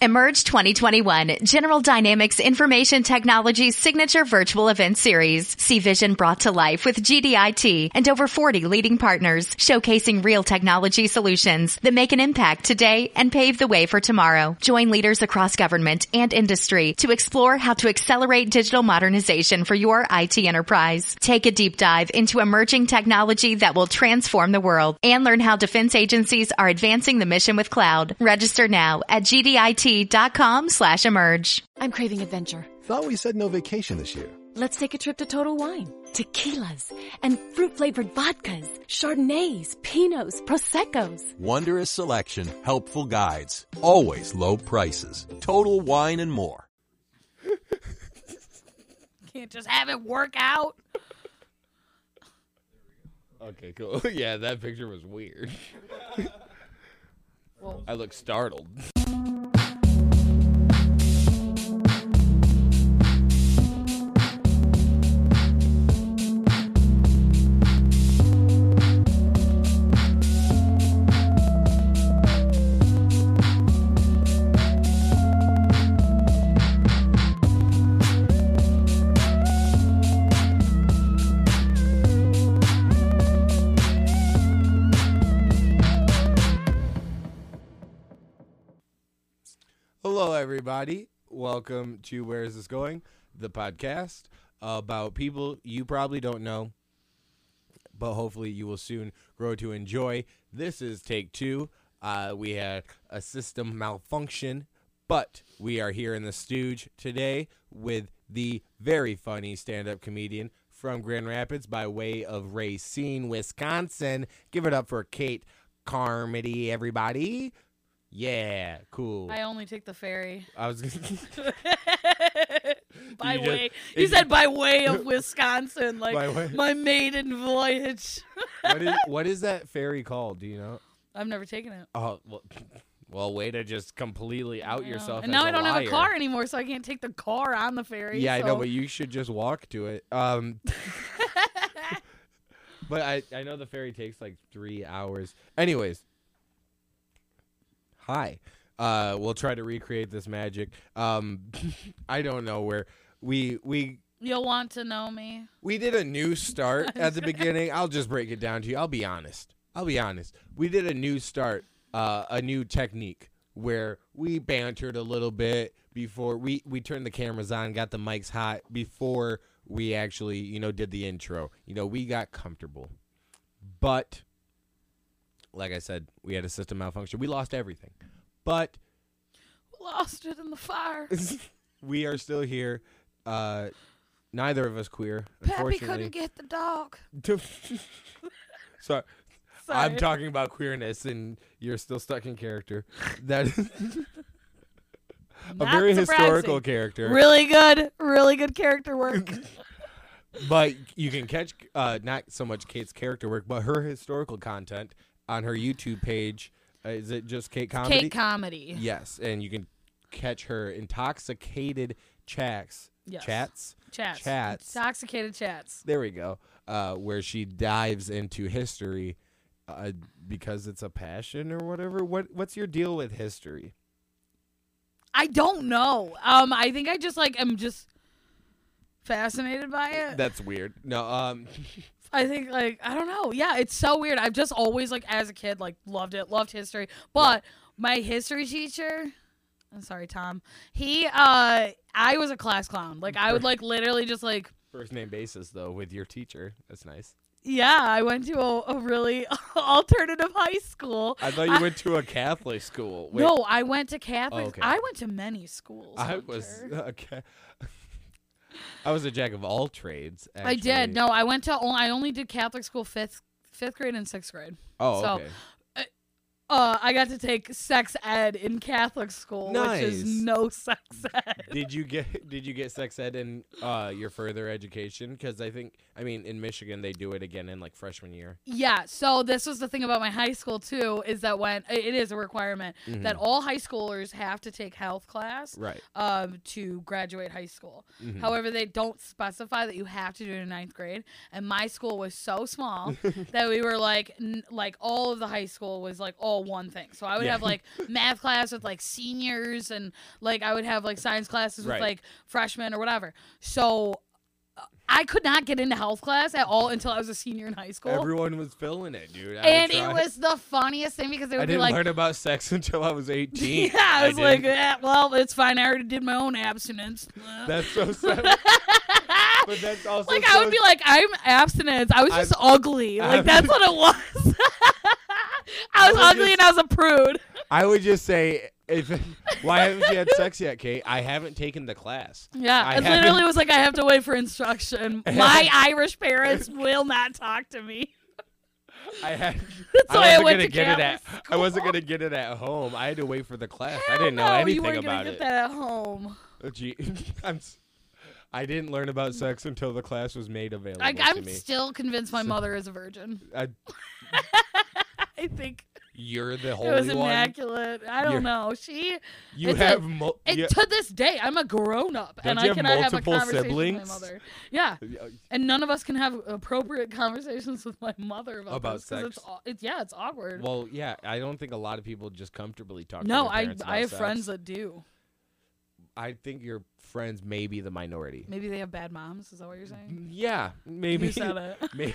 Emerge 2021, General Dynamics Information Technology's signature virtual event series. See vision brought to life with GDIT and over 40 leading partners, showcasing real technology solutions that make an impact today and pave the way for tomorrow. Join leaders across government and industry to explore how to accelerate digital modernization for your IT enterprise. Take a deep dive into emerging technology that will transform the world and learn how defense agencies are advancing the mission with cloud. Register now at GDIT gt.com slash emerge. I'm craving adventure. Thought we said no vacation this year. Let's take a trip to Total Wine. Tequilas and fruit flavored vodkas, Chardonnays, Pinots, Prosecco's. Wondrous selection, helpful guides, always low prices. Total Wine and more. Can't just have it work out. Okay, cool. yeah, that picture was weird. I look startled. Hello, everybody. Welcome to Where Is This Going? The podcast about people you probably don't know, but hopefully you will soon grow to enjoy. This is take two. Uh, we had a system malfunction, but we are here in the stooge today with the very funny stand up comedian from Grand Rapids by way of Racine, Wisconsin. Give it up for Kate Carmody, everybody. Yeah, cool. I only take the ferry. I was gonna, by You just- way, you it- said by way of Wisconsin, like By way- my maiden voyage. what is what is that ferry called? Do you know? I've never taken it. Oh well, well, way to just completely out I know. yourself. And as now I don't have a liar. car anymore, so I can't take the car on the ferry. Yeah, so. I know, but you should just walk to it. Um, but I I know the ferry takes like three hours. Anyways, hi. Uh, we'll try to recreate this magic. Um, I don't know where we we You'll want to know me. We did a new start at the beginning. I'll just break it down to you. I'll be honest. I'll be honest. We did a new start, uh, a new technique where we bantered a little bit before we we turned the cameras on, got the mics hot before we actually you know did the intro. You know we got comfortable, but like I said, we had a system malfunction. We lost everything, but Lost it in the fire. we are still here. Uh, neither of us queer, Pappy unfortunately. couldn't get the dog. Sorry. Sorry. I'm talking about queerness, and you're still stuck in character. That is a Not very surprising. historical character, Really good, really good character work. but you can catch uh, not so much Kate's character work, but her historical content on her YouTube page. Uh, is it just Kate Comedy? Kate comedy. yes, and you can catch her intoxicated chats, Yes. chats, Chats. chats. Intoxicated chats. There we go. Uh, where she dives into history uh, because it's a passion or whatever. What What's your deal with history? I don't know. Um, I think I just like am just fascinated by it. That's weird. No, um, I think like I don't know. Yeah, it's so weird. I've just always like as a kid like loved it, loved history. But my history teacher, I'm sorry, Tom. He uh I was a class clown. Like I would like literally just like first name basis though with your teacher. That's nice. yeah, I went to a, a really alternative high school. I thought you went to a Catholic school. Wait, Oh, No, I went to Catholic. okay. I went to many schools. I was Hunter. a ca- I was a jack of all trades. Actually. I did. No, I went to. on- I only did Catholic school fifth, fifth grade and sixth grade. Oh, so- okay. Uh, I got to take sex ed in Catholic school, which is Nice. no sex ed. did you get Did you get sex ed in uh, your further education? Because I think I mean in Michigan they do it again in like freshman year. Yeah. So this was the thing about my high school too is that when it is a requirement that all high schoolers have to take health class Mm-hmm. Right. Mm-hmm. um, to graduate high school. However, they don't specify that you have to do it in ninth grade. And my school was so small that we were like, n- like all of the high school was like, oh, all one thing. So I would Yeah. have like math class with like seniors, and like I would have like science classes with Right. like freshmen or whatever. So uh, I could not get into health class at all until I was a senior in high school. Everyone was filling it, dude. I would and try. it was the funniest thing because it I would be didn't like learn about sex until I was 18. Yeah, I was like, didn't. "Yeah, well, it's fine. I already did my own abstinence. that's so sad. but that's also like, so I would be like, I'm abstinence. I was I'm- just ugly. Like, I'm- that's what it was. I I was was ugly just- and I was a prude. I would just say, if why haven't you had sex yet, Kate? I haven't taken the class. Yeah, I it literally haven't- was like, I have to wait for instruction. My Irish parents will not talk to me. I had. why I wasn't went gonna to get it at. Catholic I wasn't gonna get it at home. I had to wait for the class. I didn't know no, anything you weren't about gonna it. get that at home. Oh, gee. I'm s- I didn't learn about sex until the class was made available Like, to I'm me. still convinced my mother is a virgin. I- I think you're the it was holy one. immaculate. I don't You're- know. She You It's a- have. mul- And you- to this day, I'm a grown up, Don't and I you have cannot have a multiple conversation siblings? with my mother. Yeah, and none of us can have appropriate conversations with my mother about, About this 'cause It's, sex. aw- it's yeah, it's awkward. well, yeah. I don't think a lot of people just comfortably talk. no, to their I parents about I have sex. friends that do. I think your friends may be the minority. Maybe they have bad moms. Is that what you're saying? Yeah, maybe. You said it. Maybe,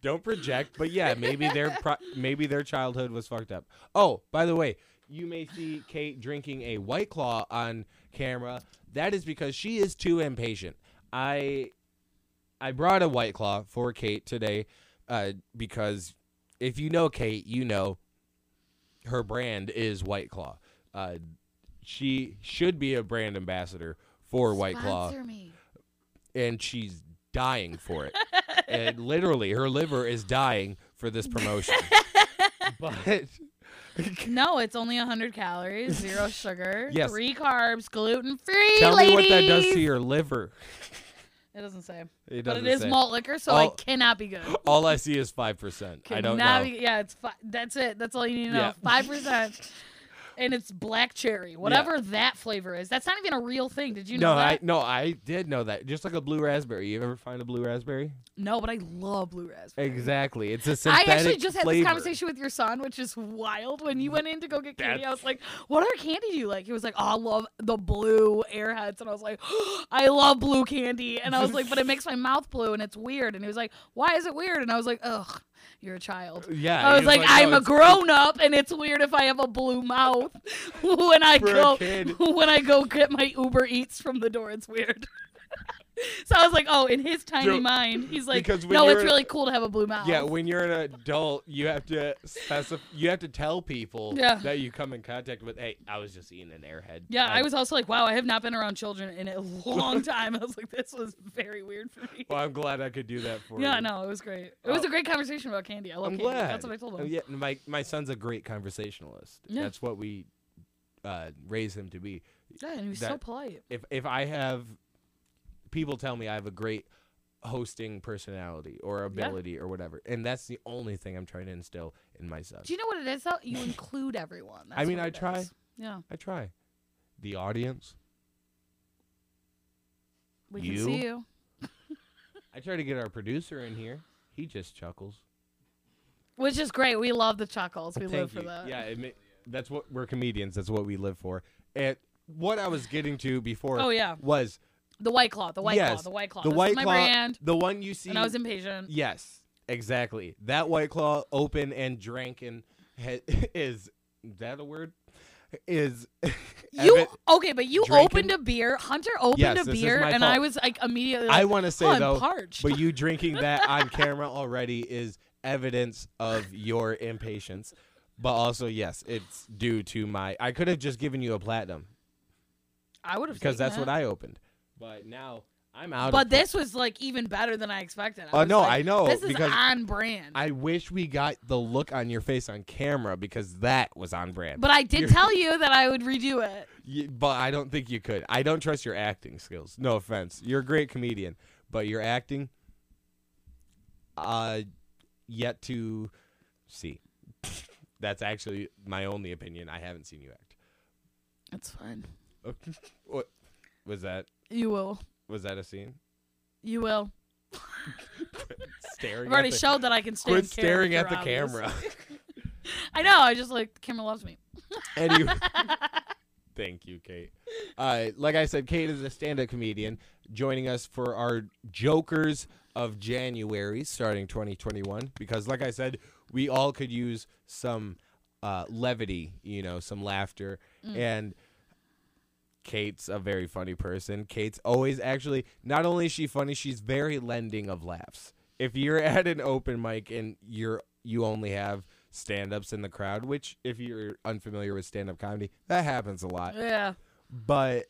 don't project, but yeah, maybe their pro- maybe their childhood was fucked up. Oh, by the way, you may see Kate drinking a white claw on camera. That is because she is too impatient. I I brought a white claw for Kate today uh, because if you know Kate, you know her brand is White Claw. Uh, she should be a brand ambassador for Mm-hmm. White Claw Sponsor me. and she's dying for it. and literally, her liver is dying for this promotion. but No, it's only 100 calories, zero sugar, Yes. three carbs, gluten free. tell me what that does to your liver. It doesn't say. It but doesn't it is say. malt liquor, so it All- cannot be good. All I see is five percent. I don't Cannot know. be- yeah, it's fi- that's it. That's all you need to know. Yeah. Five percent, and it's black cherry, whatever that flavor is. That's not even a real thing. Did you know no, I that? no, I did know that. Just like a blue raspberry. You ever find a blue raspberry? no, but I love blue raspberry. Exactly. It's a I synthetic actually just had flavor. Mm, this conversation with your son, which is wild. When you went in to go get candy, I was like, "What other candy do you like?" He was like, "Oh, I love the blue Airheads," and I was like, "I love blue candy," and I was like, "But it makes my mouth blue, and it's weird." And he was like, "Why is it weird?" And I was like, "Ugh, you're a child." Yeah, I was it's like, like, no, I'm a it's- grown up, and it's weird if I have a blue mouth when I For a go kid. when I go get my Uber Eats from the door. It's weird. so I was like, oh, in his tiny Dude, mind, he's like, because when no, it's you're- really cool to have a blue mouth. Yeah, when you're an adult, you have to specify. You have to tell people Yeah. that you come in contact with. Hey, I was just eating an airhead. yeah, I I'm was also like, wow, I have not been around children in a long time. I was like, this was very weird for me. Well, I'm glad I could do that for you. Yeah, no, it was great. It was Oh. a great conversation about candy. I love I'm candy. glad. That's what I told him. Oh, Yeah, and my my son's a great conversationalist. Yeah. That's what we uh, raise him to be. Yeah, and he was so That- polite. If if I have people tell me I have a great hosting personality or ability or whatever, and that's the only thing I'm trying to instill in my son. Do you know what it is though? You include everyone. That's I mean, what I it try. is. Yeah, I try. The audience. we You? can see you. I try to get our producer in here. He just chuckles. Which is great. We love the chuckles. We Thank live for you. that. Yeah, it ma- that's what we're comedians. That's what we live for. And what I was getting to before. Oh, yeah. Was The white claw. The white claw. yes, The white claw. The This is white my claw. brand. The one you see. And I was impatient. Yes, exactly. That white claw open and drank and he- is that a word? Is you evi- okay? But you drinking- opened a beer. Hunter opened Yes, a this is beer, my and fault. I was like immediately. I like, want to say "Oh, I'm though, parched. but you drinking that on camera already is evidence of your impatience. But also, yes, it's due to my. I could have just given you a platinum I would have because that's what I opened. But now I'm out. But of this was like even better than I expected. I Oh, was no, like, I know, This is because on brand. I wish we got the look on your face on camera because that was on brand. but I did You're- tell you that I would redo it. Y but I don't think you could. I don't trust your acting skills. No offense. You're a great comedian, but your acting uh yet to see. That's actually my only opinion. I haven't seen you act. It's fine. Okay. What was that? You will. Was that a scene? You will. Staring I've already at the, showed that I can stand quit staring at the character, obviously. camera. I know. I just like the camera loves me. Anyway. Thank you, Kate. Uh, like I said, Kate is a stand up comedian joining us for our Jokers of January starting 2021. Because, like I said, we all could use some uh, levity, you know, some laughter. And Kate's a very funny person. Kate's always actually, not only is she funny, she's very lending of laughs. If you're at an open mic and you're you only have stand-ups in the crowd, which if you're unfamiliar with stand-up comedy, that happens a lot. Yeah. But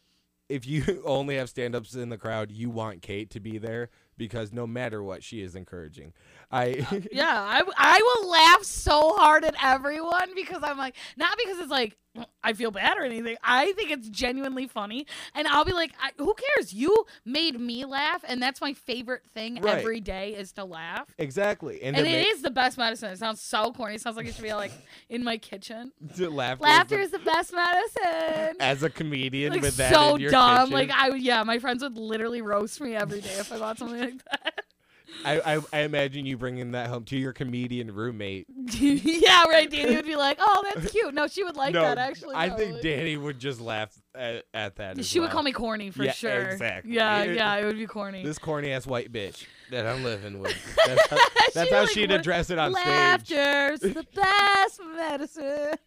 if you only have stand-ups in the crowd, you want Kate to be there because no matter what, she is encouraging. I Yeah, I, I will laugh so hard at everyone because I'm like, not because it's like I feel bad or anything. I think it's genuinely funny. And I'll be like, I, who cares? You made me laugh. And that's my favorite thing Right. every day is to laugh. exactly, and, And to it make- is the best medicine. It sounds so corny. It sounds like it should be like in my kitchen. to laughter, is the- Laughter is the best medicine. as a comedian Like with that so in your dumb. kitchen. Like I would- yeah, my friends would literally roast me every day if I bought something like that. I, I, I imagine you bringing that home to your comedian roommate. yeah, right. Danny would be like, "Oh, that's cute." No, she would like no, that actually. I probably. think Danny would just laugh at, at that. as She would well. call me corny for Yeah, sure. exactly. Yeah, It- yeah, it would be corny. this corny ass white bitch that I'm living with. That's how, that's She, how like, she'd would- address it on stage. Laughter's the best medicine.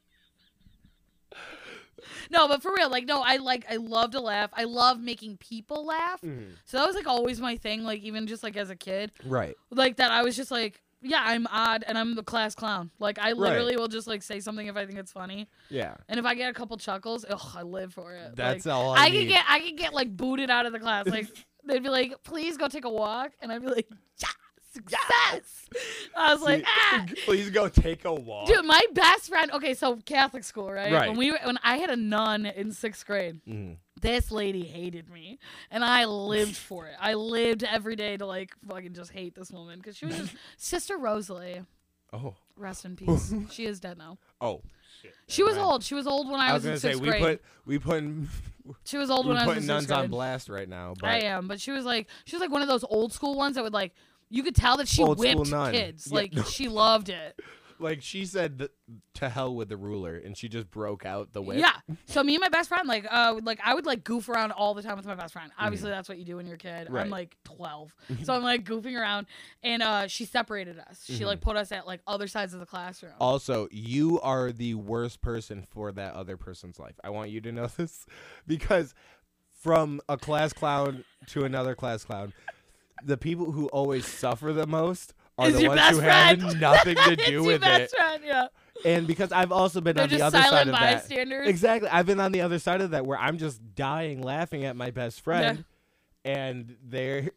No, but for real, like no, I like I love to laugh. I love making people laugh. Mm. So that was like always my thing, like even just like as a kid. Right. Like that I was just like, yeah, I'm odd and I'm the class clown. Like I literally will just like say something if I think it's funny. Yeah. And if I get a couple chuckles, ugh, I live for it. That's like, all I I, need. could get. I could get like booted out of the class. Like they'd be like, "Please go take a walk," and I'd be like, "Yes, success." I was like, "Ah." Please go take a walk. Dude, my best friend. Okay, so Catholic school, right? Right. When we were, when I had a nun in sixth grade, Mhm. this lady hated me, and I lived for it. I lived every day to like fucking just hate this woman because she was just Sister Rosalie. Oh. Rest in peace. she is dead now. Oh. She was old. She was old when I, I was was, gonna in say sixth we grade. put we putting She was old we when I was putting in sixth nuns on grade. blast right now. But I am, but she was like she was like one of those old school ones that would like you could tell that she Old school whipped nun. kids. Yeah. Like she loved it. like she said, th- to hell with the ruler, and she just broke out the whip. Yeah. So me and my best friend, like, uh, like I would like goof around all the time with my best friend. Obviously, that's what you do when you're a kid. Mm-hmm. Right. I'm like 12, so I'm like goofing around, and uh, she separated us. Mm-hmm. She like put us at like other sides of the classroom. Also, you are the worst person for that other person's life. I want you to know this because from a class clown to another class clown, the people who always suffer the most are It's the your ones best who have friend. nothing to it's do your with best it. friend, yeah. And because I've also been They're on the just other side silent of bystanders. that. Exactly. I've been on the other side of that where I'm just dying laughing at my best friend. And they're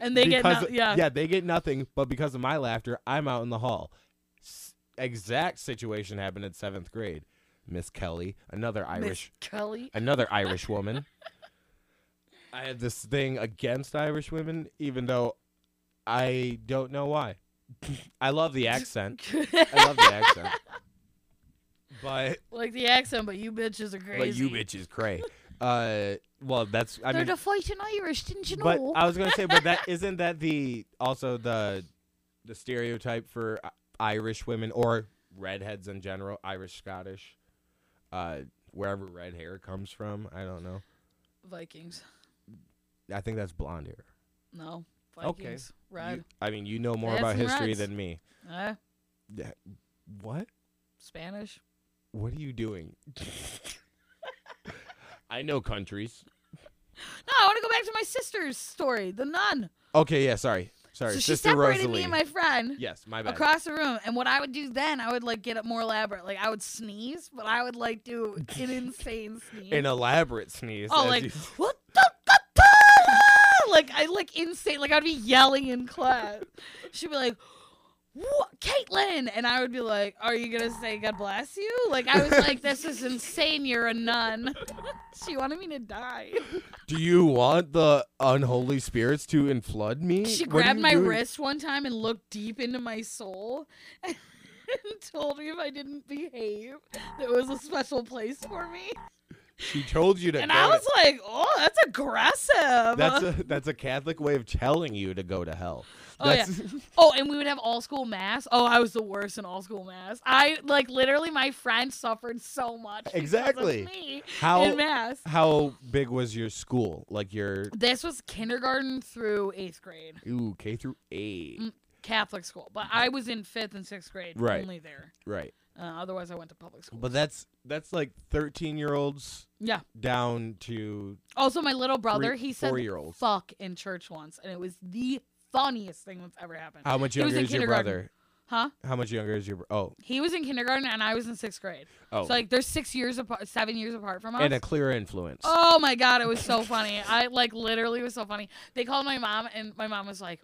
And they because, get no- yeah. yeah, they get nothing. But because of my laughter, I'm out in the hall. S- exact situation happened in seventh grade. Miss Kelly, another Irish, Kelly. another Irish woman. I had this thing against Irish women, even though I don't know why. I love the accent. I love the accent. But Like the accent, but you bitches are crazy. but you bitches cray. Uh, well, that's I They're mean, the fighting Irish, didn't you know? but I was gonna say, but that isn't that the also the the stereotype for I- Irish women or redheads in general, Irish Scottish, uh, wherever red hair comes from. I don't know. Vikings. I think that's blonde hair. No. Okay. Vikings. You- Red. I mean, you know more They had about some history reds. than me. Eh, Yeah. What? Spanish. What are you doing? I know countries. No, I want to go back to my sister's story, the nun. Okay, yeah. Sorry, sorry. so she Sister separated Rosalie. me and my friend yes, my bad. across the room. And what I would do then, I would like get it more elaborate. Like I would sneeze, but I would like do an insane sneeze. An elaborate sneeze. oh, as like you- what the like I like insane. Like I'd be yelling in class. She'd be like. What, Caitlin? And I would be like, "Are you gonna say God bless you?" Like I was like, "This is insane. You're a nun." she wanted me to die. Do you want the unholy spirits to inflood me? She What are grabbed you my doing? wrist one time and looked deep into my soul and told me if I didn't behave, there was a special place for me. She told you to And go I to- was like, oh, that's aggressive. that's a that's a Catholic way of telling you to go to hell. Oh yeah. That's- Oh, and we would have all school mass. Oh, I was the worst in all school mass. I like literally my friend suffered so much. because of Exactly. me How- in mass? How big was your school? Like your This was kindergarten through eighth grade ooh K through eight, Mm. Catholic school, but I was in fifth and sixth grade Right. only there. right? Uh, otherwise, I went to public school. But that's that's like thirteen year olds yeah. down to Also, my little brother, he said four-year-olds. "fuck" in church once, and it was the funniest thing that's ever happened. how much He was younger in is your kindergarten. brother? Huh? How much younger is your br- oh He was in kindergarten, and I was in sixth grade. oh So like, they're six years apart, seven years apart from us. and a clear influence. Oh my god, it was so funny. I like literally was so funny. They called my mom and my mom was like,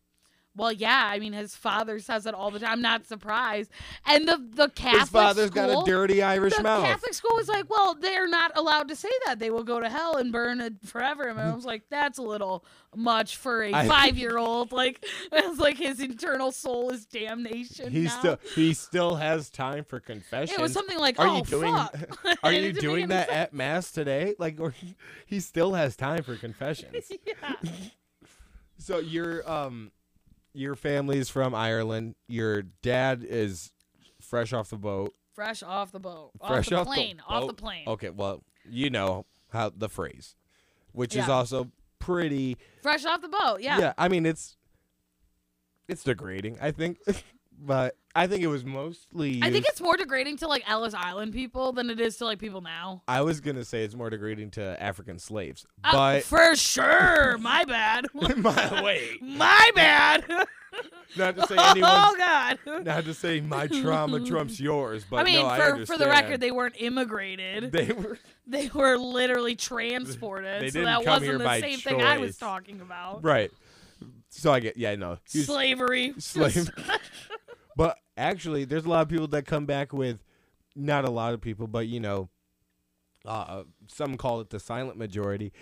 "Well, yeah, I mean his father says it all the time. I'm not surprised." And the the Catholic His father's school, got a dirty Irish the mouth. Catholic school was like, "Well, they're not allowed to say that. They will go to hell and burn it forever." And I was like, "That's a little much for a I- five year old." Like it's like his internal soul is damnation. he now. still he still has time for confession. It was something like, Are "Oh you doing fuck." Are And it you didn't make doing any that sense. at mass today? Like or he still has time for confessions. yeah. So your um your family's from Ireland. Your dad is fresh off the boat. Fresh off the boat. fresh off the off plane. the boat. off the plane. Okay, well, you know how the phrase, which is Yeah. also pretty. Fresh off the boat. Yeah. Yeah. I mean it's it's degrading. I think, but I think it was mostly. I think used- it's more degrading to like Ellis Island people than it is to like people now. I was gonna say it's more degrading to African slaves, Uh, but for sure. My bad. my way. My bad. Not to say oh anyone's God. Not to say my trauma trumps yours, but I mean, no, I for, for the record, understand. they weren't immigrated. They, they were were literally transported. They so didn't that come wasn't here the by same thing I was choice. talking about. right. So I get, yeah, no, he's Slavery. slave. but actually, there's a lot of people that come back with, not a lot of people, but you know, uh, some call it the silent majority.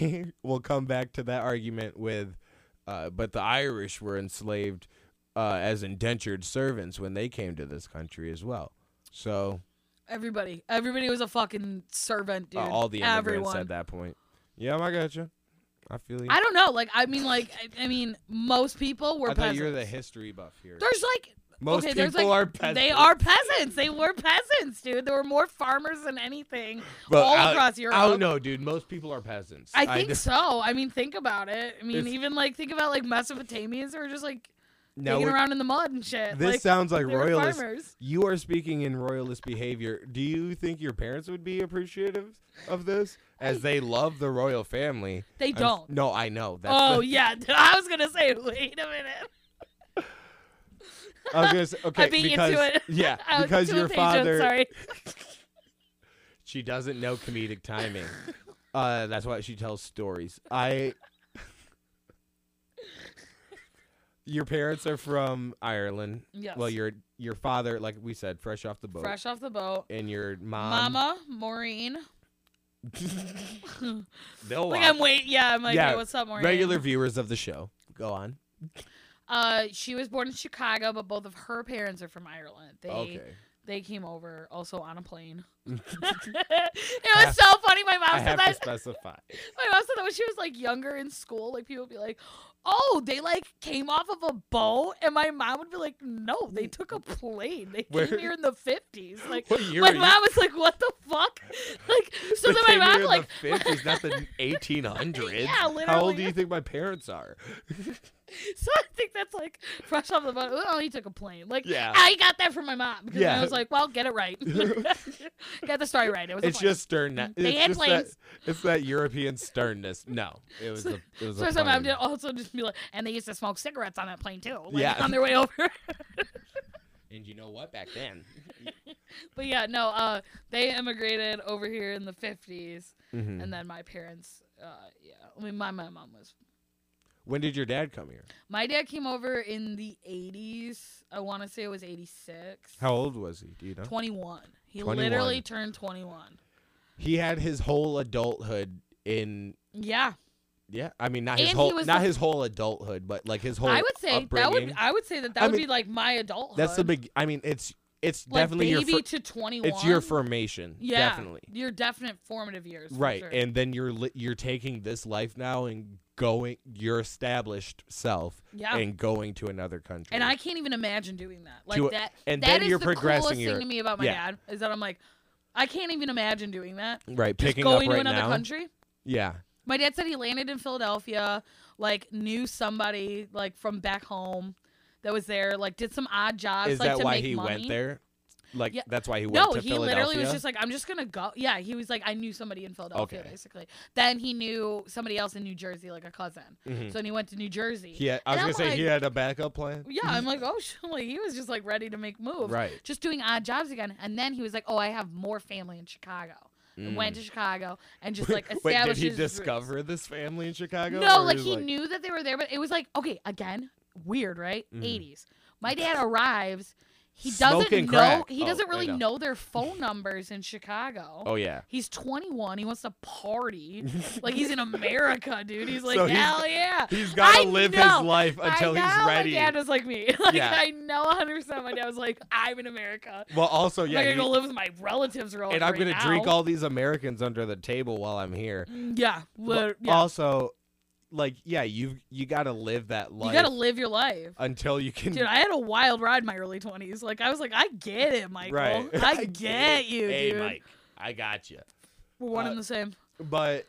will come back to that argument with, uh, but the Irish were enslaved uh, as indentured servants when they came to this country as well. So Everybody. Everybody was a fucking servant, dude. Uh, all the immigrants Everyone. at that point. Yeah, I got you. I feel you. I don't know. Like, I mean, like, I, I mean, most people were I thought peasants. you were the history buff here. There's like Most okay, there's people like, are peasants. They are peasants. They were peasants, dude. There were more farmers than anything all I, across Europe. I don't know, dude. Most people are peasants. I think d- so. I mean, think about it. I mean, It's- even like think about like Mesopotamians who were just like Now digging we- around in the mud and shit. This like, sounds like they were royalist. farmers. You are speaking in royalist behavior. Do you think your parents would be appreciative of this, as they love the royal family? They I'm s- don't. no, I know. That's oh the, yeah, I was gonna say. Wait a minute. I was gonna say, okay, I beat because you to it. yeah, I was because too your impatient, father. Sorry. She doesn't know comedic timing. uh, that's why she tells stories. I. Your parents are from Ireland. Yes. Well, your your father, like we said, fresh off the boat, Fresh off the boat. and your mom. Mama Maureen. They'll Like watch. I'm wait. Yeah, I'm like, yeah, hey, what's up, Maureen? Regular viewers of the show. Go on. Uh, she was born in Chicago, but both of her parents are from Ireland. They Okay. they came over also on a plane. it was so funny. I My mom have said to that. specify. My mom said that when she was like younger in school, like people would be like, "Oh, they like came off of a boat," and my mom would be like, "No, they took a plane. They Where- came here in the fifties. Like What year my are you- mom was like, "What the fuck?" Like so then my mom like. the 50s, not the 1800s. Yeah, How old literally. do you think my parents are? So I think that's like fresh off the boat. Oh, he took a plane. Like Yeah. I got that from my mom because Yeah. I was like, well, get it right. get the story right. It was a It's plane. just sternness. They it's had just that, planes. it's that European sternness. No, it was a, it was So a some of plane. them also just be like, and they used to smoke cigarettes on that plane too, like, Yeah. on their way over. And you know what? Back then, but yeah, no, uh, they immigrated over here in the 50s Hmm. Mm-hmm. and then my parents, uh, yeah, I mean, my my mom was. when did your dad come here? My dad came over in the 80s. I want to say it was 86. How old was he? Do you know? 21. He 21. literally turned 21. He had his whole adulthood in. Yeah, Yeah, I mean not his And he whole was not the- his whole adulthood, but like his whole. I would say that would upbringing. I would say that that I would mean, be like my adulthood. That's the big. I mean, it's it's Like definitely your baby fir- to twenty one. it's your formation. yeah, definitely. Your definite formative years. for Right, sure. and then you're li- you're taking this life now and going your established self Yeah. and going to another country. And I can't even imagine doing that. Like To a- that. and that then is you're the progressing coolest your- thing to me about my yeah. dad is that I'm like, I can't even imagine doing that. right Just picking going up right to another now. country. Yeah, My dad said he landed in Philadelphia, like knew somebody like from back home that was there, like did some odd jobs. is like, that to why make he money. went there? Like Yeah. that's why he went No, to he Philadelphia. literally was just like, I'm just gonna go. Yeah, he was like, I knew somebody in Philadelphia, Okay. basically. Then he knew somebody else in New Jersey, like a cousin. So then he went to New Jersey. Mm-hmm. He had, I was And gonna I'm say like, he had a backup plan. yeah, I'm like, oh, sh- like he was just like ready to make moves, Right. Just doing odd jobs again, and then he was like, oh, I have more family in Chicago. And went to Chicago and just like established. Mm. Wait, did he his roots. discover this family in Chicago? No, or like is, he knew that they were there, but it was like, okay, again, weird, right? Mm. 80s. My dad arrives. He doesn't Smoking know. crack. He Oh, doesn't I really know. know. their phone numbers in Chicago. Oh yeah. He's 21. He wants to party. like he's in America, dude. He's like, So he's- hell yeah. He's gotta I live his know. life I until he's know ready. My dad was like me. Like Yeah. I know 100. percent My dad was like, I'm in America. Well, also I'm yeah, not gonna he- go live with my relatives or and I'm right gonna drink now. all these Americans under the table while I'm here. Yeah, But lit- yeah. Also, like yeah, you you gotta live that life you gotta live your life. until you can. Dude, I had a wild ride in my early twenties. Like I was like, I get it, Michael. right, I, get you, Hey, dude. Mike, I got you. We're one Uh, and the same. But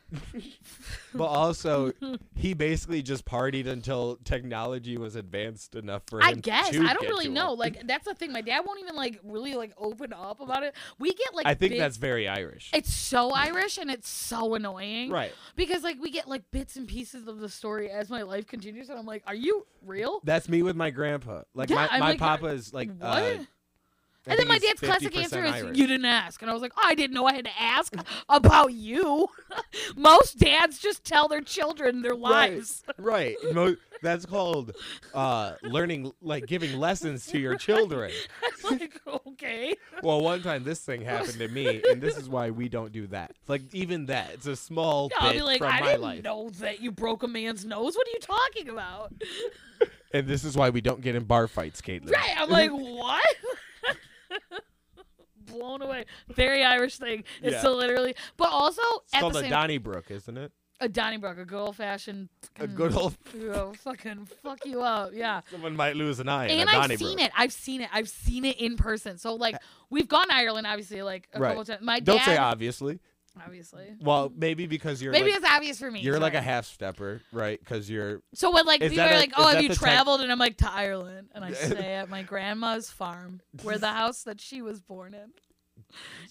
but also, he basically just partied until technology was advanced enough for him. I guess to I don't get really to him. know. Like that's the thing. My dad won't even like really like open up about it. We get like I think bit- that's very Irish. it's so Irish and it's so annoying. Right. Because like we get like bits and pieces of the story as my life continues, and I'm like, are you real? That's me with my grandpa. Like Yeah, my, I'm my like, papa is like what? uh, I and then think my he's dad's classic 50% answer is, Irish. "You didn't ask," and I was like, "Oh, "I didn't know I had to ask about you." Most dads just tell their children their lives. Right. Mo- that's called uh, learning, like giving lessons to your children. like, okay. Well, one time this thing happened to me, and this is why we don't do that. Like even that, it's a small Yeah, I'll bit be like, from I my didn't life, know that you broke a man's nose. What are you talking about? and this is why we don't get in bar fights, Caitlin. Right. I'm like, what? Blown away. Very Irish thing. It's Yeah. so literally, but also It's at called the a same Donnybrook, isn't it? a Donnybrook, a good old fashioned, A good old fucking fuck you up, yeah. someone might lose an eye. in and a I've Donnybrook. seen it. I've seen it. I've seen it in person. So like, we've gone to Ireland, obviously, like a Right. couple times. My Don't dad, say obviously. obviously. Well, maybe because you're Maybe like, it's obvious for me. you're like a sorry. half stepper, right? Because you're So when like Is people that are a- like, is "Oh, that have you the type- traveled?" and I'm like, "To Ireland," and I stay at my grandma's farm, where the house that she was born in,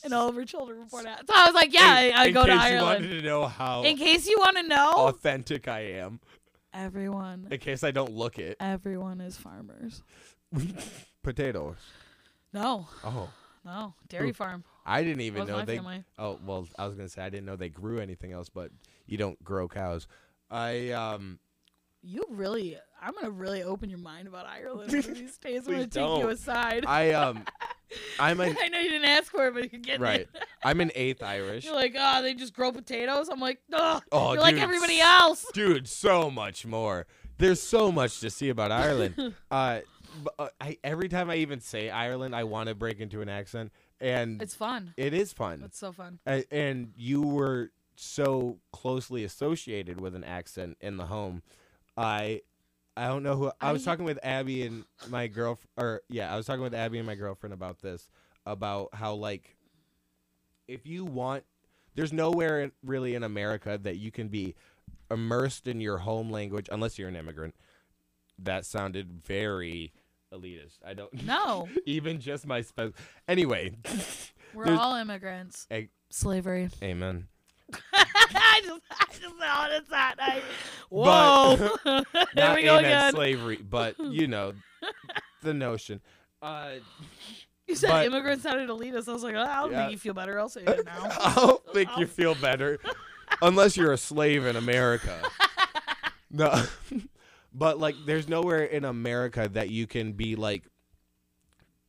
and all of her children were born at. So I was like, "Yeah, in, I, I in go to case you wanted Ireland." to know how In Oh. case you want to know, authentic I am. everyone, In case I don't look it. everyone is farmers. Potatoes. No, Oh, no, dairy farm. I didn't even Was know my they. family. Oh well, I was gonna say I didn't know they grew anything else, but you don't grow cows. I um. You really, I'm gonna really open your mind about Ireland one of these days. I'm gonna Please take you don't. aside. I, I um. I'm an know you didn't ask for it, but you're getting right. it. I'm an eighth Irish. You're like, oh, they just grow potatoes. I'm like, no, Oh, you're like dude, everybody s- else. Dude, so much more. There's so much to see about Ireland. uh, b- uh, I every time I even say Ireland, I want to break into an accent, and It's fun. it is fun. It's so fun. A- and you were so closely associated with an accent in the home. I I don't know who I was I- talking with Abby and my girlfriend or yeah, I was talking with Abby and my girlfriend about this about how like if you want there's nowhere in- really in America that you can be immersed in your home language unless you're an immigrant. That sounded very elitist. I don't No, even just my spe- anyway. we're There's- all immigrants. Egg- Slavery. Amen. I just, I just thought it's that. I, whoa. There not we go aim at again. slavery, but you know the notion. Uh, you said but- immigrants sounded elitist. I was like, oh, I'll Yeah. make you feel better. I'll say it now. I don't think you feel better unless you're a slave in America. no, but like, there's nowhere in America that you can be like,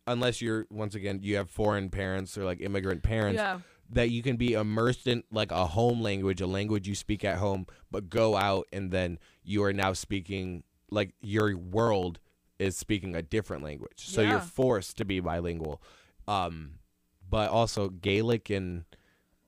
unless you're once again you have foreign parents or like immigrant parents. Yeah. That you can be immersed in like a home language, a language you speak at home, but go out and then you are now speaking like your world is speaking a different language. So Yeah. you're forced to be bilingual. Um, but also Gaelic and,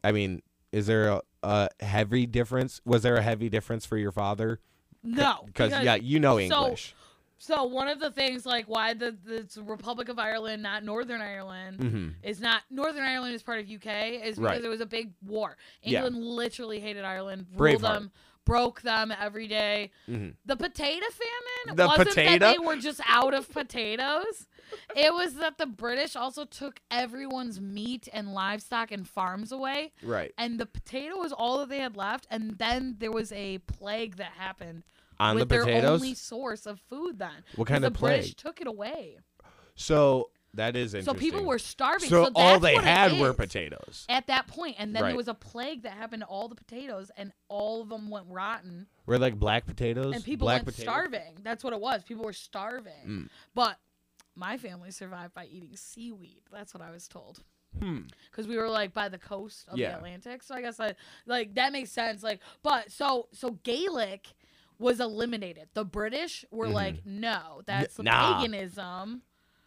I mean, is there a, a heavy difference? Was there a heavy difference for your father? No, Because yeah, you know English. So one of the things, like why the, the it's Republic of Ireland, not Northern Ireland, hmm is not Northern Ireland is part of UK, is because Right. there was a big war. Yeah. England literally hated Ireland, Braveheart. ruled them, broke them every day. Mhm. The potato famine The wasn't potato? that they were just out of potatoes. it was that the British also took everyone's meat and livestock and farms away Right. and the potato was all that they had left. And then there was a plague that happened On with the their potatoes. only source of food. Then What kind 'Cause of the British plague? took it away, So that is so interesting. people were starving. So, all that's they what it had were is potatoes. At that point, and then Right. there was a plague that happened to all the potatoes, and all of them went rotten, Were like black potatoes. and people black went potato- Hmm. starving. That's what it was. People were starving, but my family survived by eating seaweed. That's what I was told. because we were like by the coast of Hmm. Yeah. the Atlantic. So I guess I, like that makes sense. Like, but so so Gaelic was eliminated. The British were like, no, that's Mm-hmm. nah. paganism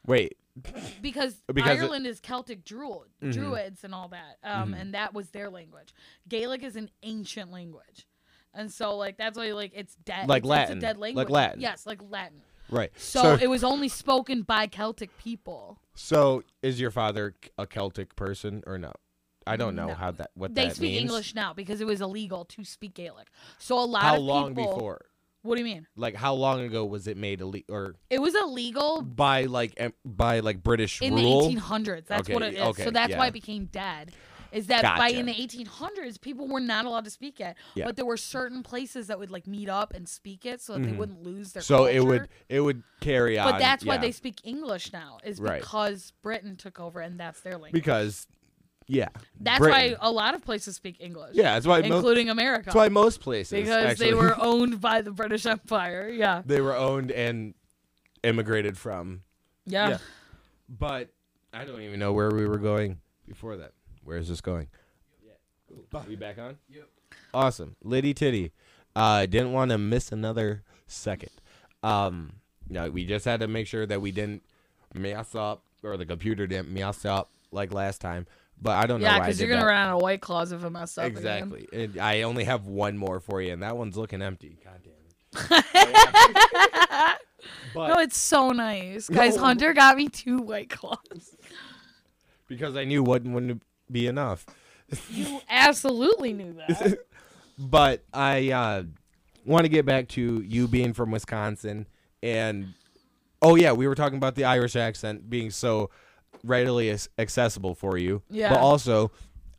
Wait, because, Because it- Mm-hmm. Ireland is Celtic Druid, Druids and all that, um, and that was their language. Gaelic is an ancient language. And so, like that's why, like it's dead, Like it's- it's Latin. a dead Like language. Latin. yes, like Latin. right. So, so it was only spoken by Celtic people. So, is your father c- a Celtic person or no? I don't know No. how that what They that speak means. English now because it was illegal to speak Gaelic. So a lot How of long people, before? What do you mean? Like how long ago was it made illegal or It was illegal by like em- by like British in rule? the 1800s. That's Okay, what it is. okay, so that's yeah. why it became dead. Is that by in the 1800s people were not allowed to speak it, Yeah. but there were certain places that would like meet up and speak it so that they wouldn't lose their. Mm-hmm. so it would culture. it would carry on. But that's why yeah. they speak English now, is Right. because Britain took over and that's their language. because yeah. that's Britain. why a lot of places speak English. yeah, that's why most including America. that's why most places because actually, they were owned by the British Empire. Yeah. they were owned and immigrated from. Yeah. Yeah. But I don't even know where we were going before that. Where is this going? We back on? Yep. Awesome. Liddy Titty. Uh didn't want to miss another second. Um no, we just had to make sure that we didn't mess up or the computer didn't mess up like last time. But I don't know why Yeah, I because did you're gonna that. run out of white claws if I mess up. again. Exactly. And I only have one more for you, and that one's looking empty. God damn it. but No, it's so nice, guys. No. Hunter got me two white claws. because I knew one wouldn't be enough. You absolutely knew that. but I uh, want to get back to you being from Wisconsin and oh yeah, we were talking about the Irish accent being so readily as- accessible for you. Yeah. But also,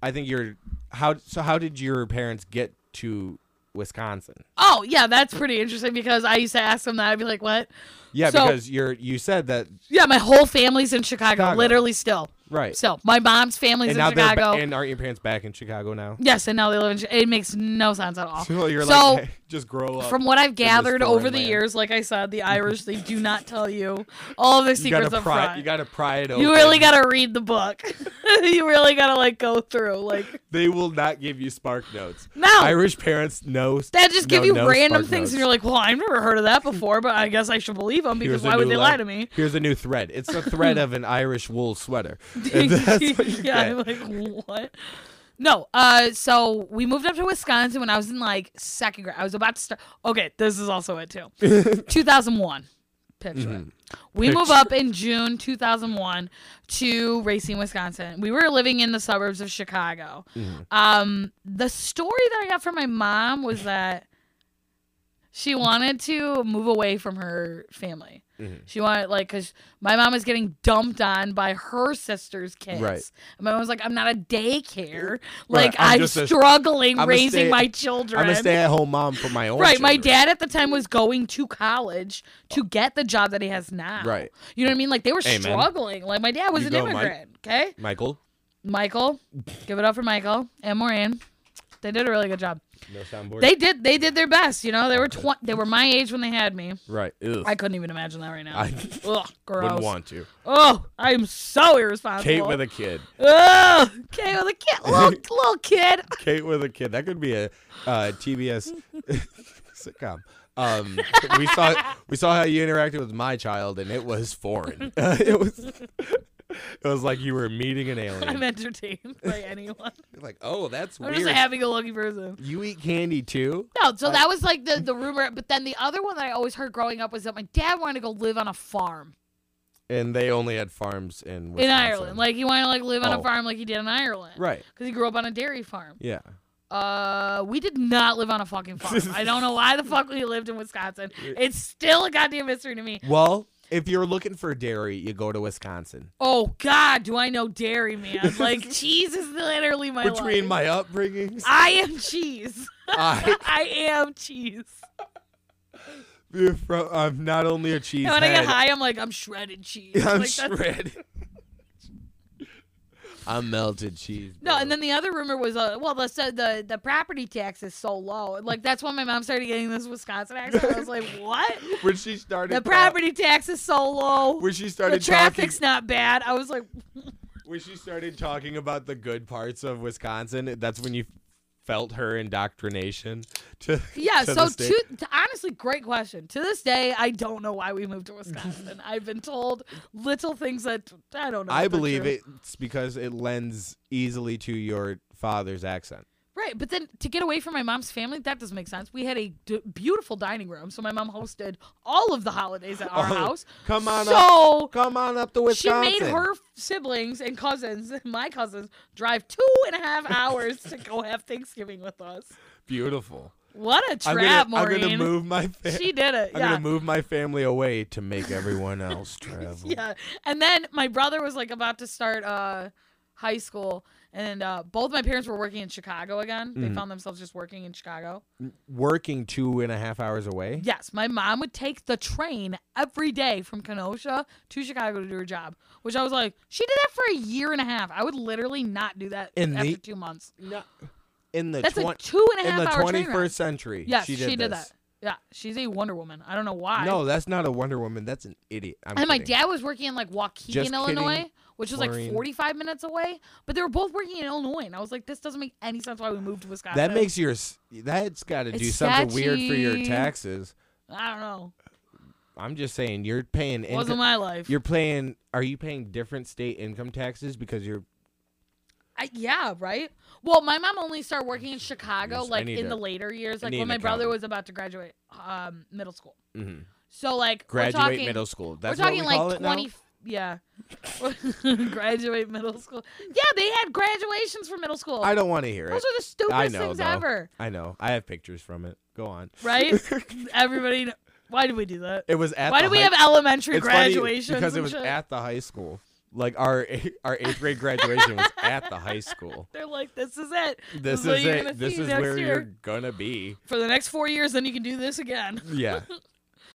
I think you're how so how did your parents get to Wisconsin? oh yeah, that's pretty interesting because I used to ask them that. I'd be like, "What?" Yeah, So- because you're you said that Yeah, my whole family's in Chicago, Chicago. literally still. right. Still, my mom's family's and in now they're Chicago. ba- and aren't your parents back in Chicago now? yes, and now they live in. Chi- It makes no sense at all. So you're So, like just grow up. From what I've this gathered foreign over the land. years, like I said, the Irish they do not tell you all their you gotta secrets up pry front. you gotta pry it open. You really gotta read the book. you really gotta like go through like They will not give you spark notes. No. Irish parents know. That just know give you no random Spark things, Notes. and you're like, "Well, I've never heard of that before, but I guess I should believe them because Here's a why would new they line- lie to me?" Here's a new thread. It's the thread of an Irish wool sweater. And that's what you yeah, I'm get. like what? No, uh, so we moved up to Wisconsin when I was in like second grade. I was about to start. Okay, this is also it too. 2001. Picture Mm-hmm. it. We move up in June 2001 to Racine, Wisconsin. We were living in the suburbs of Chicago. Mm-hmm. Um, the story that I got from my mom was that she wanted to move away from her family. Mm-hmm. She wanted like because my mom was getting dumped on by her sister's kids. Right. And my mom was like, "I'm not a daycare. Like I'm I'm, just a- struggling I'm a raising stay- my children." I'm a stay-at-home mom for my own. Right, my children. dad at the time was going to college to get the job that he has now. Right. you know what I mean? Like they were Amen. struggling. Like my dad was You an go, Mike. immigrant. Okay, Michael, Michael, give it up for Michael and Moraine. They did a really good job. no soundboard. They did. They did their best. You know, they were tw- They were my age when they had me. right. Ugh. I couldn't even imagine that right now. I Ugh, wouldn't gross. want to. Oh, I am so irresponsible. Kate with a kid. oh, Kate with a kid, little, little kid. Kate with a kid. That could be a uh, TBS sitcom. Um, we saw we saw how you interacted with my child, and it was foreign. it was It was like you were meeting an I'm alien. entertained by anyone. You're like, oh, that's I'm weird. just a happy-go-lucky person. you eat candy too? No, so that was like the, the rumor. But then the other one that I always heard growing up was that my dad wanted to go live on a farm And they only had farms in Wisconsin. in Ireland. Like he wanted to like live on Oh. a farm like he did in Ireland. right? Because he grew up on a dairy farm. Yeah. Uh, we did not live on a fucking farm. I don't know why the fuck we lived in Wisconsin. It's still a goddamn mystery to me. Well, if you're looking for dairy, you go to Wisconsin. Oh God, do I know dairy, man? Like cheese is literally my Between life. my upbringings, I am cheese. I, I am cheese. am not only a cheese And when I get head, high, I'm like I'm shredded cheese. I'm like, that's- shredded. I'm melted cheese. No, bro. and then the other rumor was, uh, well, the, so the the property tax is so low. Like that's when my mom started getting this Wisconsin accent. I was like, what? when she started The ta- property tax is so low. when she The started talking, traffic's not bad. I was like, when she started talking about the good parts of Wisconsin, that's when you felt her indoctrination. To yeah. to so the state. to, to- honestly, great question. To this day, I don't know why we moved to Wisconsin. I've been told little things that I don't know. I if they're believe true. it's because it lends easily to your father's accent. Right, but then to get away from my mom's family, that does make sense. We had a d- beautiful dining room, so my mom hosted all of the holidays at our Oh, house. come on so. up. Come on up to She Wisconsin. made her siblings and cousins, my cousins, drive two and a half hours to go have Thanksgiving with us. beautiful. What a I'm trap, gonna, I'm Maureen. gonna move my. Fa- She did it. I'm yeah. gonna move my family away to make everyone else travel. Yeah. And then my brother was like about to start uh, high school, and uh, both my parents were working in Chicago again. Mm-hmm. They found themselves just working in Chicago. Working two and a half hours away. Yes, my mom would take the train every day from Kenosha to Chicago to do her job, which I was like, she did that for a year and a half. I would literally not do that In the- after two months. In the That's a twen- two and a in half the hour train ride. 21st century. Yes, she did, this. that. Yeah, she's a Wonder Woman. I don't know why. No, that's not a Wonder Woman. That's an idiot. I'm and my kidding. dad was working in like Waukegan, Just Illinois, kidding, which is Maureen. like 45 minutes away. But they were both working in Illinois, and I was like, this doesn't make any sense why we moved to Wisconsin. That makes your. s- That's got to do It's something weird for your sketchy. taxes. I don't know. I'm just saying, you're paying. It wasn't income- my life. You're paying. Are you paying different state income taxes because you're? I, yeah, right. Well, my mom only started working in Chicago Yes, I like need in a- the later years, I like need when an my brother accountant. was about to graduate um, middle school. Mhm. So like we're graduate talking- middle school. That's we're talking what we call like it now? 20 yeah graduate middle school yeah they had graduations for middle school I don't want to hear it. those are the I stupidest know, things though. ever I know. I have pictures from it. Go on. right everybody kn- why did we do that It was at. why the do we high- have elementary It's funny graduations because it and was shit? at the high school. Like our our eighth grade graduation was at the high school. they're like this is it This what is you're gonna it. This see is next where year. you're gonna be. for the next four years then you can do this again Yeah.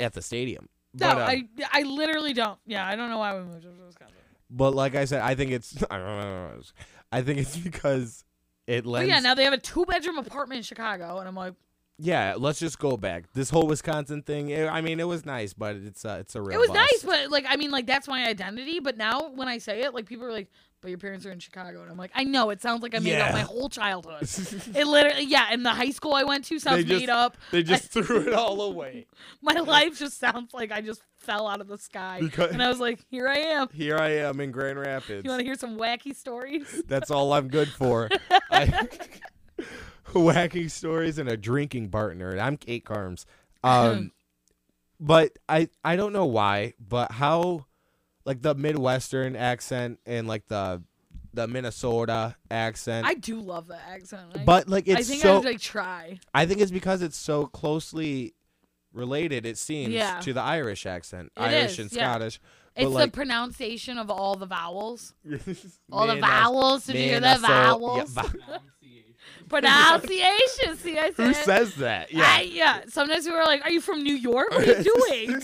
At the stadium. no but, uh, i i literally don't yeah i don't know why we moved to wisconsin But like I said, I think it's I don't know. I think it's because it but lends. yeah now they have a two-bedroom apartment in chicago and i'm like Yeah, let's just go back. This whole Wisconsin thing. It, I mean, it was nice, but it's uh, it's a real. It was bust. nice, but like I mean, like that's my identity. But now when I say it, like people are like, "But your parents are in Chicago," and I'm like, "I know." It sounds like I made Yeah. up my whole childhood. it literally, yeah. And the high school I went to sounds just- made up. They just threw it all away. My life just sounds like I just fell out of the sky, Because- and I was like, "Here I am." Here I am in Grand Rapids. You want to hear some wacky stories? That's all I'm good for. I, whacking stories and a drinking partner. I'm Kate Carms. Um, but I I don't know why, but how like the Midwestern accent and like the the Minnesota accent. I do love that accent. Like, But, like, I it's think so- I would, like try. I think it's because it's so closely related. It seems Yeah. to the Irish accent, It Irish is, and yeah. Scottish. It's but like, the pronunciation of all the vowels. all the Minnes- vowels. Did you hear the Minneso- yeah, vowels? vow- Pronunciation. See, I Who said- says that? Yeah. I- yeah. Sometimes we were like, "Are you from New York? What are you doing?"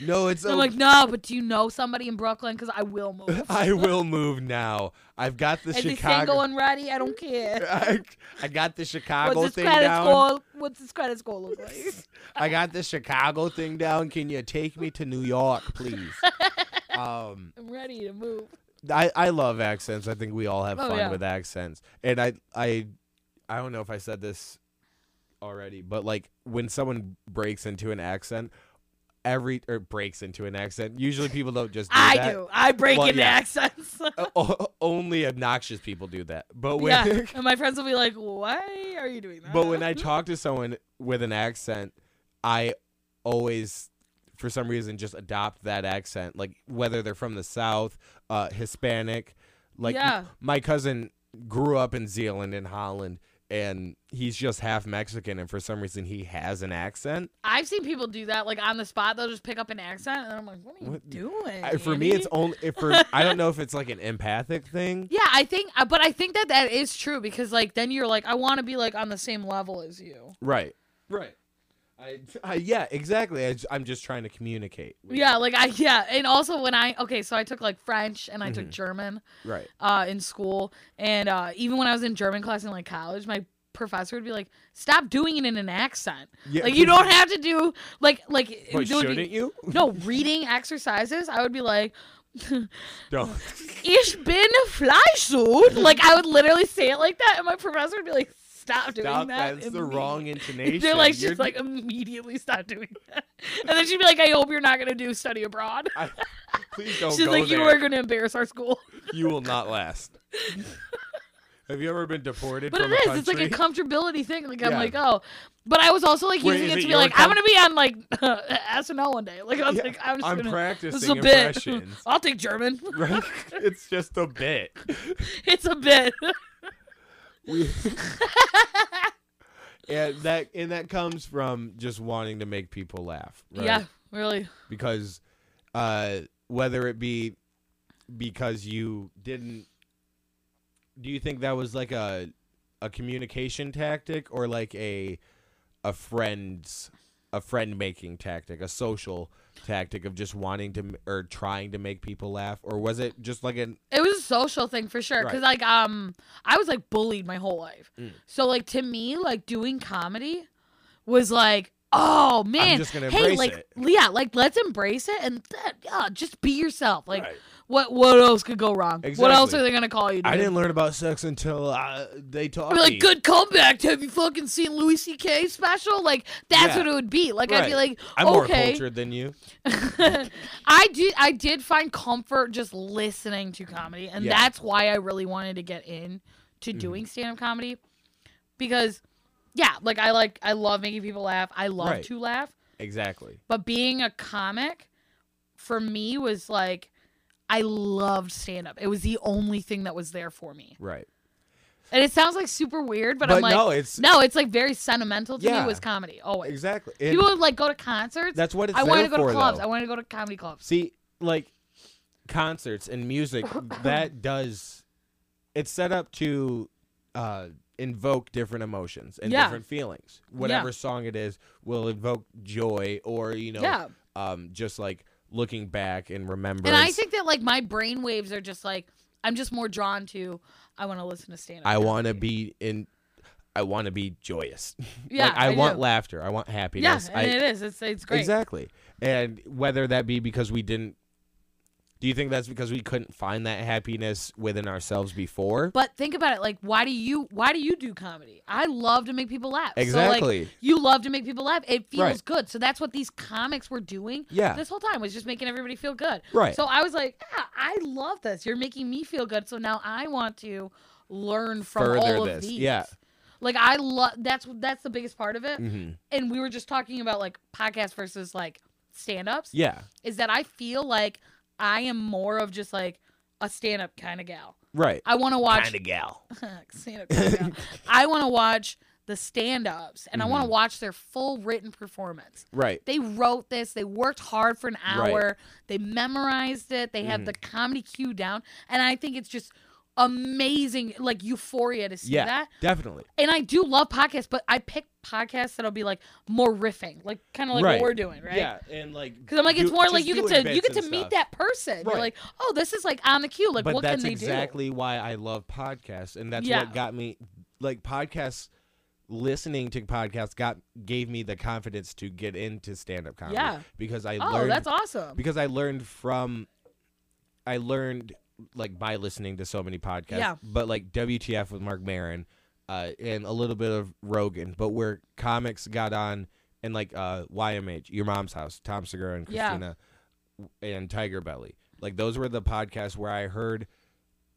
no, it's And I'm a- like, "No, but do you know somebody in Brooklyn? Because I will move. I will move now. I've got the Is he single Chicago. and ready? I don't care. I, I got the Chicago What's his thing credit down. score? What's his credit score look like? I got the Chicago thing down. Can you take me to New York, please? um, I'm ready to move. I, I love accents. I think we all have Oh, fun yeah. with accents. And I I I don't know if I said this already, but like when someone breaks into an accent, every or breaks into an accent, usually people don't just do I that. do. I break Well, into yeah. accents. O- o- only obnoxious people do that. But when yeah, and my friends will be like, "Why are you doing that?" but when I talk to someone with an accent, I always, for some reason, just adopt that accent. Like whether they're from the South, uh, Hispanic. Like Yeah. my cousin grew up in Zealand and Holland, and he's just half Mexican, and for some reason he has an accent. I've seen people do that, like on the spot, they'll just pick up an accent, and I'm like, "What are you What- doing?" I- for me, it's Andy?" only if for I don't know if it's like an empathic thing. Yeah, I think, uh, but I think that that is true because, like, then you're like, I want to be like on the same level as you. Right. Right. I, I yeah, exactly. I, am just trying to communicate. Yeah, like I yeah, and also when I okay, so I took like French and I took Mhm. German. Right. uh, in school. And uh, even when I was in German class in like college, my professor would be like, "Stop doing it in an accent. Yeah. Like you don't have to do like like." it But would be- shouldn't you? No, reading exercises. I would be like. No. Ich bin Fleischsud. Like I would literally say it like that, and my professor would be like, "Stop doing Stop, that." That's the wrong intonation. They're like, You're- she's like, immediately stop doing that, and then she'd be like, "I hope you're not gonna do study abroad." please don't she's go like, there. "You are gonna embarrass our school." You will not last. Have you ever been deported But it from is. a country? It's like a comfortability thing. Like I'm Yeah. like, oh. But I was also like Wait, using is it it to be your like, com- I'm gonna be on like SNL one day. Like I was Yeah, like, I'm just I'm gonna, practicing this is a bit. impressions. I'll take German. Right? It's just a bit. it's a bit. We- and that and that comes from just wanting to make people laugh. Right? Yeah, really. Because uh, whether it be because you didn't do you think that was like a a communication tactic or like a a friend's a friend making tactic, a social tactic of just wanting to m- or trying to make people laugh or was it just like an It was a social thing for sure. Cause Right. like um, I was like bullied my whole life. Mm. So like to me, like doing comedy was like. Oh man! just gonna hey, embrace like, it. yeah, like let's embrace it and th- yeah, just be yourself. Like, what what else could go wrong? What else Exactly. are they gonna call you? Dude? I didn't learn about sex until uh, they taught I'd me. be like, good comeback. Have you fucking seen Louis C.K. special? Like, that's Yeah. what it would be. Like, I'd be Right. like, I'm more okay, cultured than you. I did, I did find comfort just listening to comedy, and Yeah. that's why I really wanted to get in to Mm-hmm. Mhm. doing stand-up comedy, because, yeah, like I like, I love making people laugh. I love Right. to laugh, Exactly. but being a comic, for me, was like, I loved stand-up. It was the only thing that was there for me. Right. And it sounds like super weird, but, But I'm like, no, it's- no, it's like very sentimental to me. Yeah. Was comedy always Exactly. And people would like go to concerts? That's what it's I wanted there to go for, to clubs. though. I wanted to go to comedy clubs. See, like concerts and music, that does it's set up to uh invoke different emotions and Yeah. different feelings. Whatever Yeah. song it is will invoke joy or, you know, Yeah. um just like looking back and remembering. And I think that like my brain waves are just like I'm just more drawn to. I want to listen to stand up. I want to be in I want to be joyous. Yeah, like I, I want do. laughter. I want Yeah, happiness. and I, it is. It's it's great. Exactly. And whether that be because we didn't do you think that's because we couldn't find that happiness within ourselves before? But think about it. Like, why do you why do you do comedy? I love to make people laugh. So, Exactly. like, you love to make people laugh. It feels Right. good. So that's what these comics were doing. Yeah. This whole time was just making everybody feel good. Right. So I was like, yeah, I love this. You're making me feel good. So now I want to learn from Further all of this. these. Yeah. Like I love that's that's the biggest part of it. Mhm. And we were just talking about like podcast versus like stand ups Yeah. is that I feel like I am more of just like a stand up kind of gal. Right. I want to watch Kinda gal. stand-up kinda gal. I want to watch the stand ups and I want to Mhm. watch their full written performance. Right. They wrote this, they worked hard for an Right. hour, they memorized it, they have the Mhm. comedy cue down. And I think it's just amazing, like euphoria to see yeah, that. definitely. And I do love podcasts, but I pick podcasts that'll be like more riffing, like kind of like Right. what we're doing, right? Yeah, and like Because I'm like, it's do- more like just you doing get to bits you get to and meet stuff. that person. You're Right. like, oh, this is like on the cue. Like, but what that's can they exactly why I love podcasts, and that's Yeah. what got me like podcasts. Listening to podcasts got gave me the confidence to get into stand up comedy. Yeah. because I Oh, learned that's awesome. Because I learned from, I learned like by listening to so many podcasts. Yeah. but like WTF with Mark Maron, uh, and a little bit of Rogan, but where comics got on and like uh YMH, Your Mom's House, Tom Segura and Yeah. Christina and Tiger Belly. Like those were the podcasts where I heard,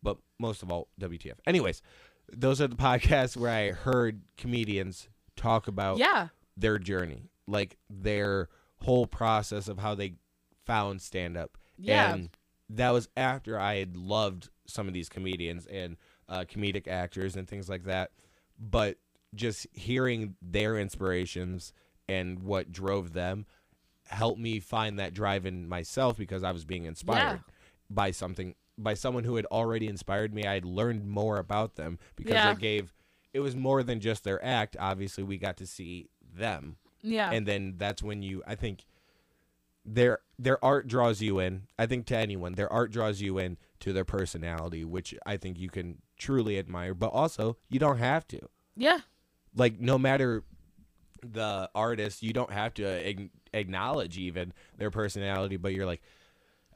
but most of all WTF. Anyways, those are the podcasts where I heard comedians talk about Yeah. their journey, like their whole process of how they found stand up. Yeah. And that was after I had loved some of these comedians and uh, comedic actors and things like that. But just hearing their inspirations and what drove them helped me find that drive in myself because I was being inspired by something by someone who had already inspired me. I had learned more about them because Yeah. I gave it was more than just their act. Obviously, we got to see them. Yeah. And then that's when you I think their their art draws you in. I think to anyone, their art draws you in to their personality, which I think you can truly admire, but also you don't have to. do? Yeah. Like no matter the artist, you don't have to ag- acknowledge even their personality, but you're like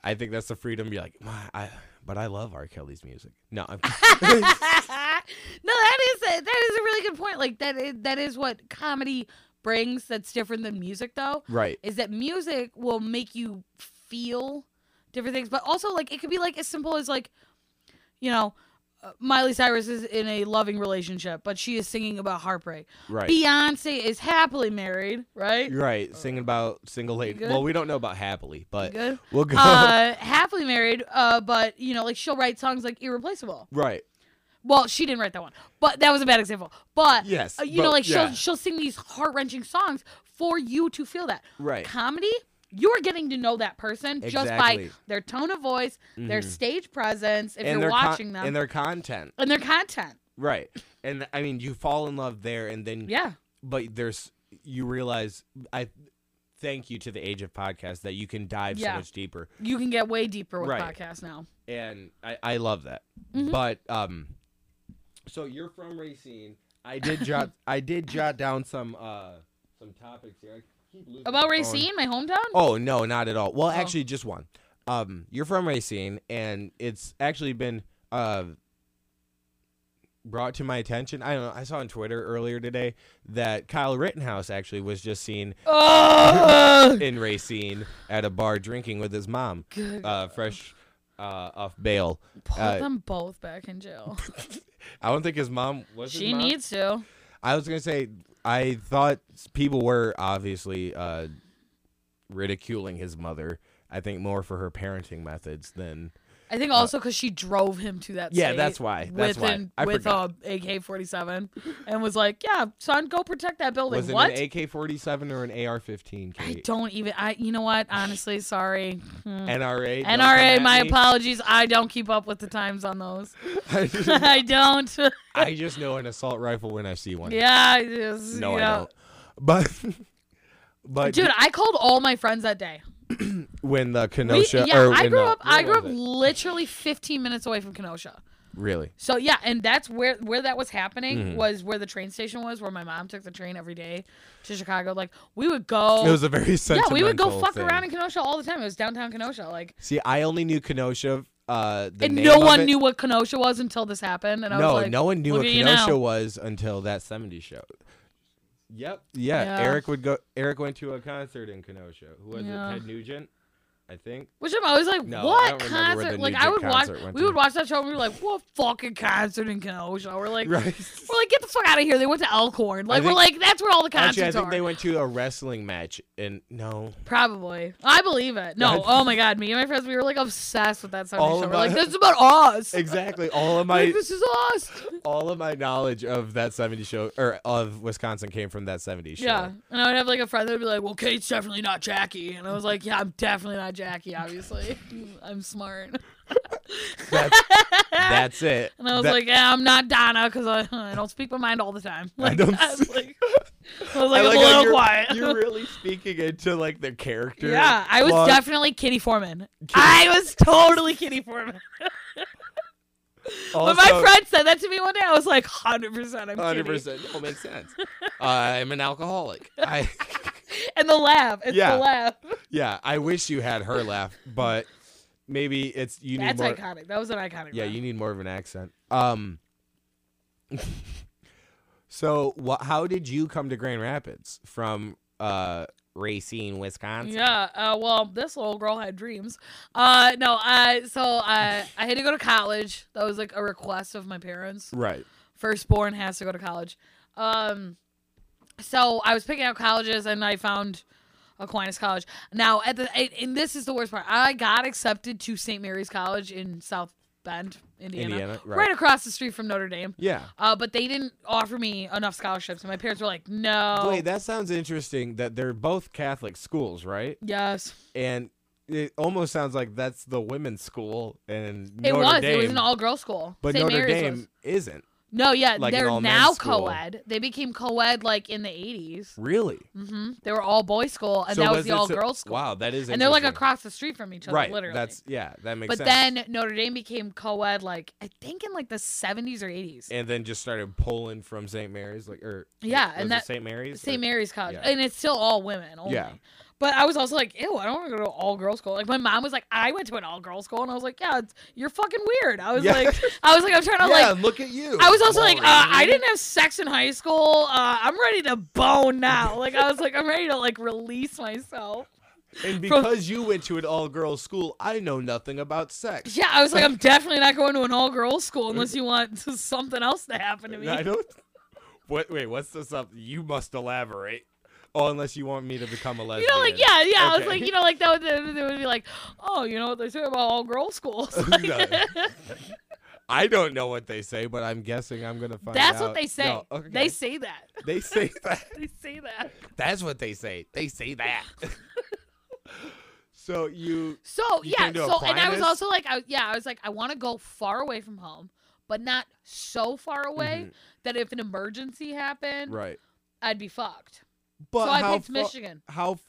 I think that's the freedom you're like, "Wow, I but I love R. Kelly's music. No, I'm No, that is a, that is a really good point. Like that is, that is what comedy brings. That's different than music, though. Right. Is that music will make you feel different things, but also like it could be like as simple as like, you know, uh, Miley Cyrus is in a loving relationship, but she is singing about heartbreak. Right. Beyonce is happily married. Right. You're right. Singing about single lady. good? Well, we don't know about happily, but Good. we'll go. Uh, happily married. Uh, but you know, like she'll write songs like "Irreplaceable." right. Well, she didn't write that one, but that was a bad example. But Yes, uh, you know, but- like yeah. she'll she'll sing these heart wrenching songs for you to feel that. Right. Comedy, you're getting to know that person just by Exactly. their tone of voice, their Mhm. stage presence, if and you're their con- watching them, and their content. and their content. Right. And I mean, you fall in love there, and then Yeah. But there's you realize I thank you to the age of podcast that you can dive Yeah. so much deeper, You can get way deeper with Right. podcasts now. and I I love that. Mhm. But um, so you're from Racine. I did jot I did jot down some uh some topics here. I keep losing About my phone. Racine, my hometown. Oh no, not at all. Well, actually, just one. Um, you're from Racine, and it's actually been uh brought to my attention. I don't know. I saw on Twitter earlier today that Kyle Rittenhouse actually was just seen Oh! in Racine at a bar drinking with his mom, Good uh, fresh uh, off bail. Put Uh, them both back in jail. I don't think his mom was. his she mom? needs to. I was gonna say I thought people were obviously uh, ridiculing his mother. I think more for her parenting methods than I think also because she drove him to that. Uh, Yeah, state that's why. That's with why. an, I with forgot. a AK forty seven, and was like, "Yeah, son, go protect that building." was it what? an AK forty seven or an AR fifteen? I don't even. I. You know what? Honestly, sorry. Hmm. NRA. don't come NRA. at My me. apologies. I don't keep up with the times on those. I don't. I just know an assault rifle when I see one. yeah. I just, No, you I know. don't. But but Dude, I called all my friends that day. when the We- Kenosha. yeah, or I when grew the- up. I where grew up was it? literally 15 minutes away from Kenosha. Really. So yeah, and that's where where that was happening Mhm. was where the train station was, where my mom took the train every day to Chicago. Like we would go. It was a very Oh. Yeah, we would go sentimental fuck thing. around in Kenosha all the time. It was downtown Kenosha, like, See, I only knew Kenosha. Uh, the and name no of one it. knew what Kenosha was until this happened. And I no, was like, no one knew "Look what at you Kenosha now." was until that '70s show. Yep. Yeah, Yeah. Eric would go. Eric went to a concert in Kenosha. Who was Yeah. it? Ted Nugent. I think. Which I'm always like, No, I what don't remember where concert? the Like New I Jack would concert watch, went we to. would watch that show and we'd be like, what fucking concert in Kenosha? We're like, Right. we're like, get the fuck out of here. They went to Elkhorn. I Like we're think- like, that's where all the concerts Actually, I think are. they went to a wrestling match, and no, Probably. I believe it. No. God. oh my god. Me and my friends, we were like obsessed with that Sunday All show. We're about- like, this is about us. exactly. All of my Like, this is us. all of my knowledge of that '70s show or of Wisconsin came from that '70s show. Yeah. And I would have like a friend that would be like, well, Kate's definitely not Jackie. And I was like, yeah, I'm definitely not Jackie, obviously. I'm smart. That's, that's it. And I was That- like, yeah, I'm not Donna because I, I don't speak my mind all the time. Like, don't I was like, I was I like, like I'm how a little you're- quiet. You're really speaking into like the character. yeah, I was plot. definitely Kitty Foreman. I was totally Kitty Foreman. Also, when my friend said that to me one day, I was like, 100% I'm Hundred 100%. percent. All makes sense. I'm an alcoholic. I And the laugh. It's Yeah. the laugh. yeah. I wish you had her laugh, but maybe it's you need That's more. iconic. That was an iconic Yeah, laugh. you need more of an accent. Um. so, wha how did you come to Grand Rapids from uh, Racine, Wisconsin? Yeah. Uh, well, this little girl had dreams. Uh, no. Uh, so uh, I had to go to college. That was like a request of my parents. Right. Firstborn has to go to college. Um, so I was picking out colleges, and I found Aquinas College. Now, at the and- and this is the worst part. I got accepted to St. Mary's College in South Bend, Indiana, Indiana, right. across the street from Notre Dame. Yeah. Uh, but they didn't offer me enough scholarships, and my parents were like, "No." Wait, that sounds interesting. That they're both Catholic schools, right? yes. And it almost sounds like that's the women's school, and It Notre was. Dame. It was an all-girls school. But St. Notre Mary's Dame was. isn't No, yeah, like an they're all-men's now school. co-ed. They became co-ed like in the 80s. really. hmm They were all boys school, and So that was, was the it so- all girls school. wow, that is and they're like interesting. across the street from each other, right. literally. That's yeah. That makes but sense. then Notre Dame became co-ed, like I think in like the 70s or 80s. and then just started pulling from St. Mary's, like or eh, Yeah, was and it that- St. Mary's, St. Or- Mary's College, yeah. and it's still all women only. Yeah. But I was also like, ew, I don't want to go to all girls school. Like my mom was like, I went to an all girls school, and I was like, yeah, it's, you're fucking weird. I was Yeah. like, I was like, I'm trying to yeah, like look at you. I was also like, uh, Maureen. I didn't have sex in high school. Uh, I'm ready to bone now. Like I was like, I'm ready to like release myself. And because you went to an all-girls school, I know nothing about sex. Yeah, I was like, I'm definitely not going to an all girls school unless you want something else to happen to me. I don't. What? Wait, what's this up? You must elaborate. Oh, unless you want me to become a You lesbian. know, like yeah, yeah. I Okay. was like, you know, like that would, they would be like, oh, you know what they say about all girls schools. Like, No. I don't know what they say, but I'm guessing I'm gonna find that's out. what they say. No, okay. They say that. They say that. They say that. That's what they say. They say that. so you So You yeah, came to so and I was Aquinas? also like, I, yeah, I was like, I want to go far away from home, but not so far away that if an emergency happened, Mm-hmm. right, I'd be fucked. but so I how picked fa- Michigan, How?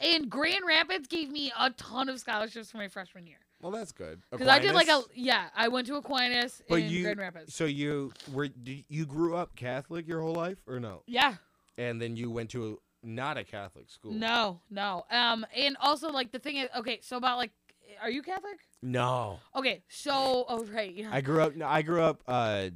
and Grand Rapids gave me a ton of scholarships for my freshman year Well, that's good. because I did like a Aquinas? yeah, I went to Aquinas But in you- Grand Rapids. So you were did- you grew up Catholic your whole life or no? yeah, And then you went to a, not a Catholic school. no, no, um, and also like the thing is, okay, so about like, are you Catholic? No. Okay, so oh right, yeah. I grew up no, I grew up uh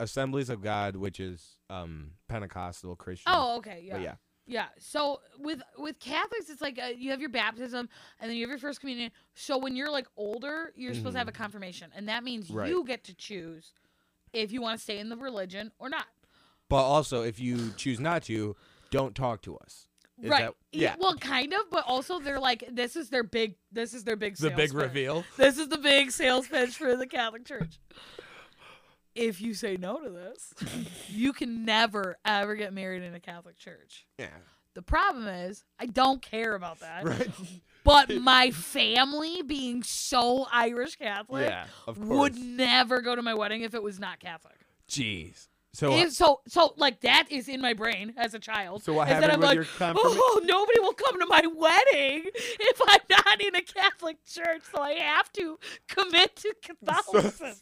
Assemblies of God, which is um Pentecostal Christian. oh okay, But yeah. Yeah. So with with Catholics, it's like uh, you have your baptism and then you have your first communion. So when you're like older, you're supposed to have a confirmation, and that means Mm-hmm. Right. you get to choose if you want to stay in the religion or not. But also if you choose not to, don't talk to us. Is right. that- E- yeah. Well, kind of, but also they're like this is their big this is their big the sales big pitch. reveal. This is the big sales pitch for the Catholic Church. If you say no to this, you can never ever get married in a Catholic church. Yeah. The problem is, I don't care about that. Right. But my family, being so Irish Catholic, Yeah, of would course. never go to my wedding if it was not Catholic. Jeez. So uh, If- so, so like that is in my brain as a child. So what is that happened I'm with like, your confirma- oh, nobody will come to my wedding if I'm not in a Catholic church, so I have to commit to Catholicism.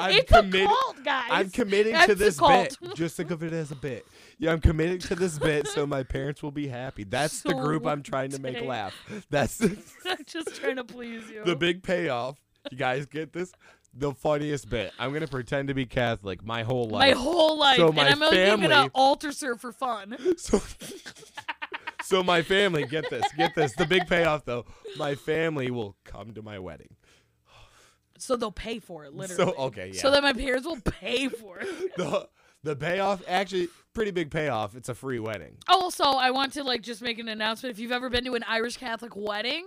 I'm it's a commit- cult, guys. I'm committing That's to a this cult. bit. Just think of it as a bit. Yeah, I'm committing to this bit so my parents will be happy. That's the group I'm trying to make Sweet. laugh. That's the, I'm just trying to please you. the big payoff. You guys get this? The funniest bit. I'm going to pretend to be Catholic my whole life. my whole life, So and my I'm only gonna family- altar serve for fun. So, So my family, get this, get this. The big payoff though, my family will come to my wedding. So they'll pay for it, literally. So okay, yeah. So that my parents will pay for it. the the payoff actually pretty big payoff. It's a free wedding. Also, I want to like just make an announcement. If you've ever been to an Irish Catholic wedding,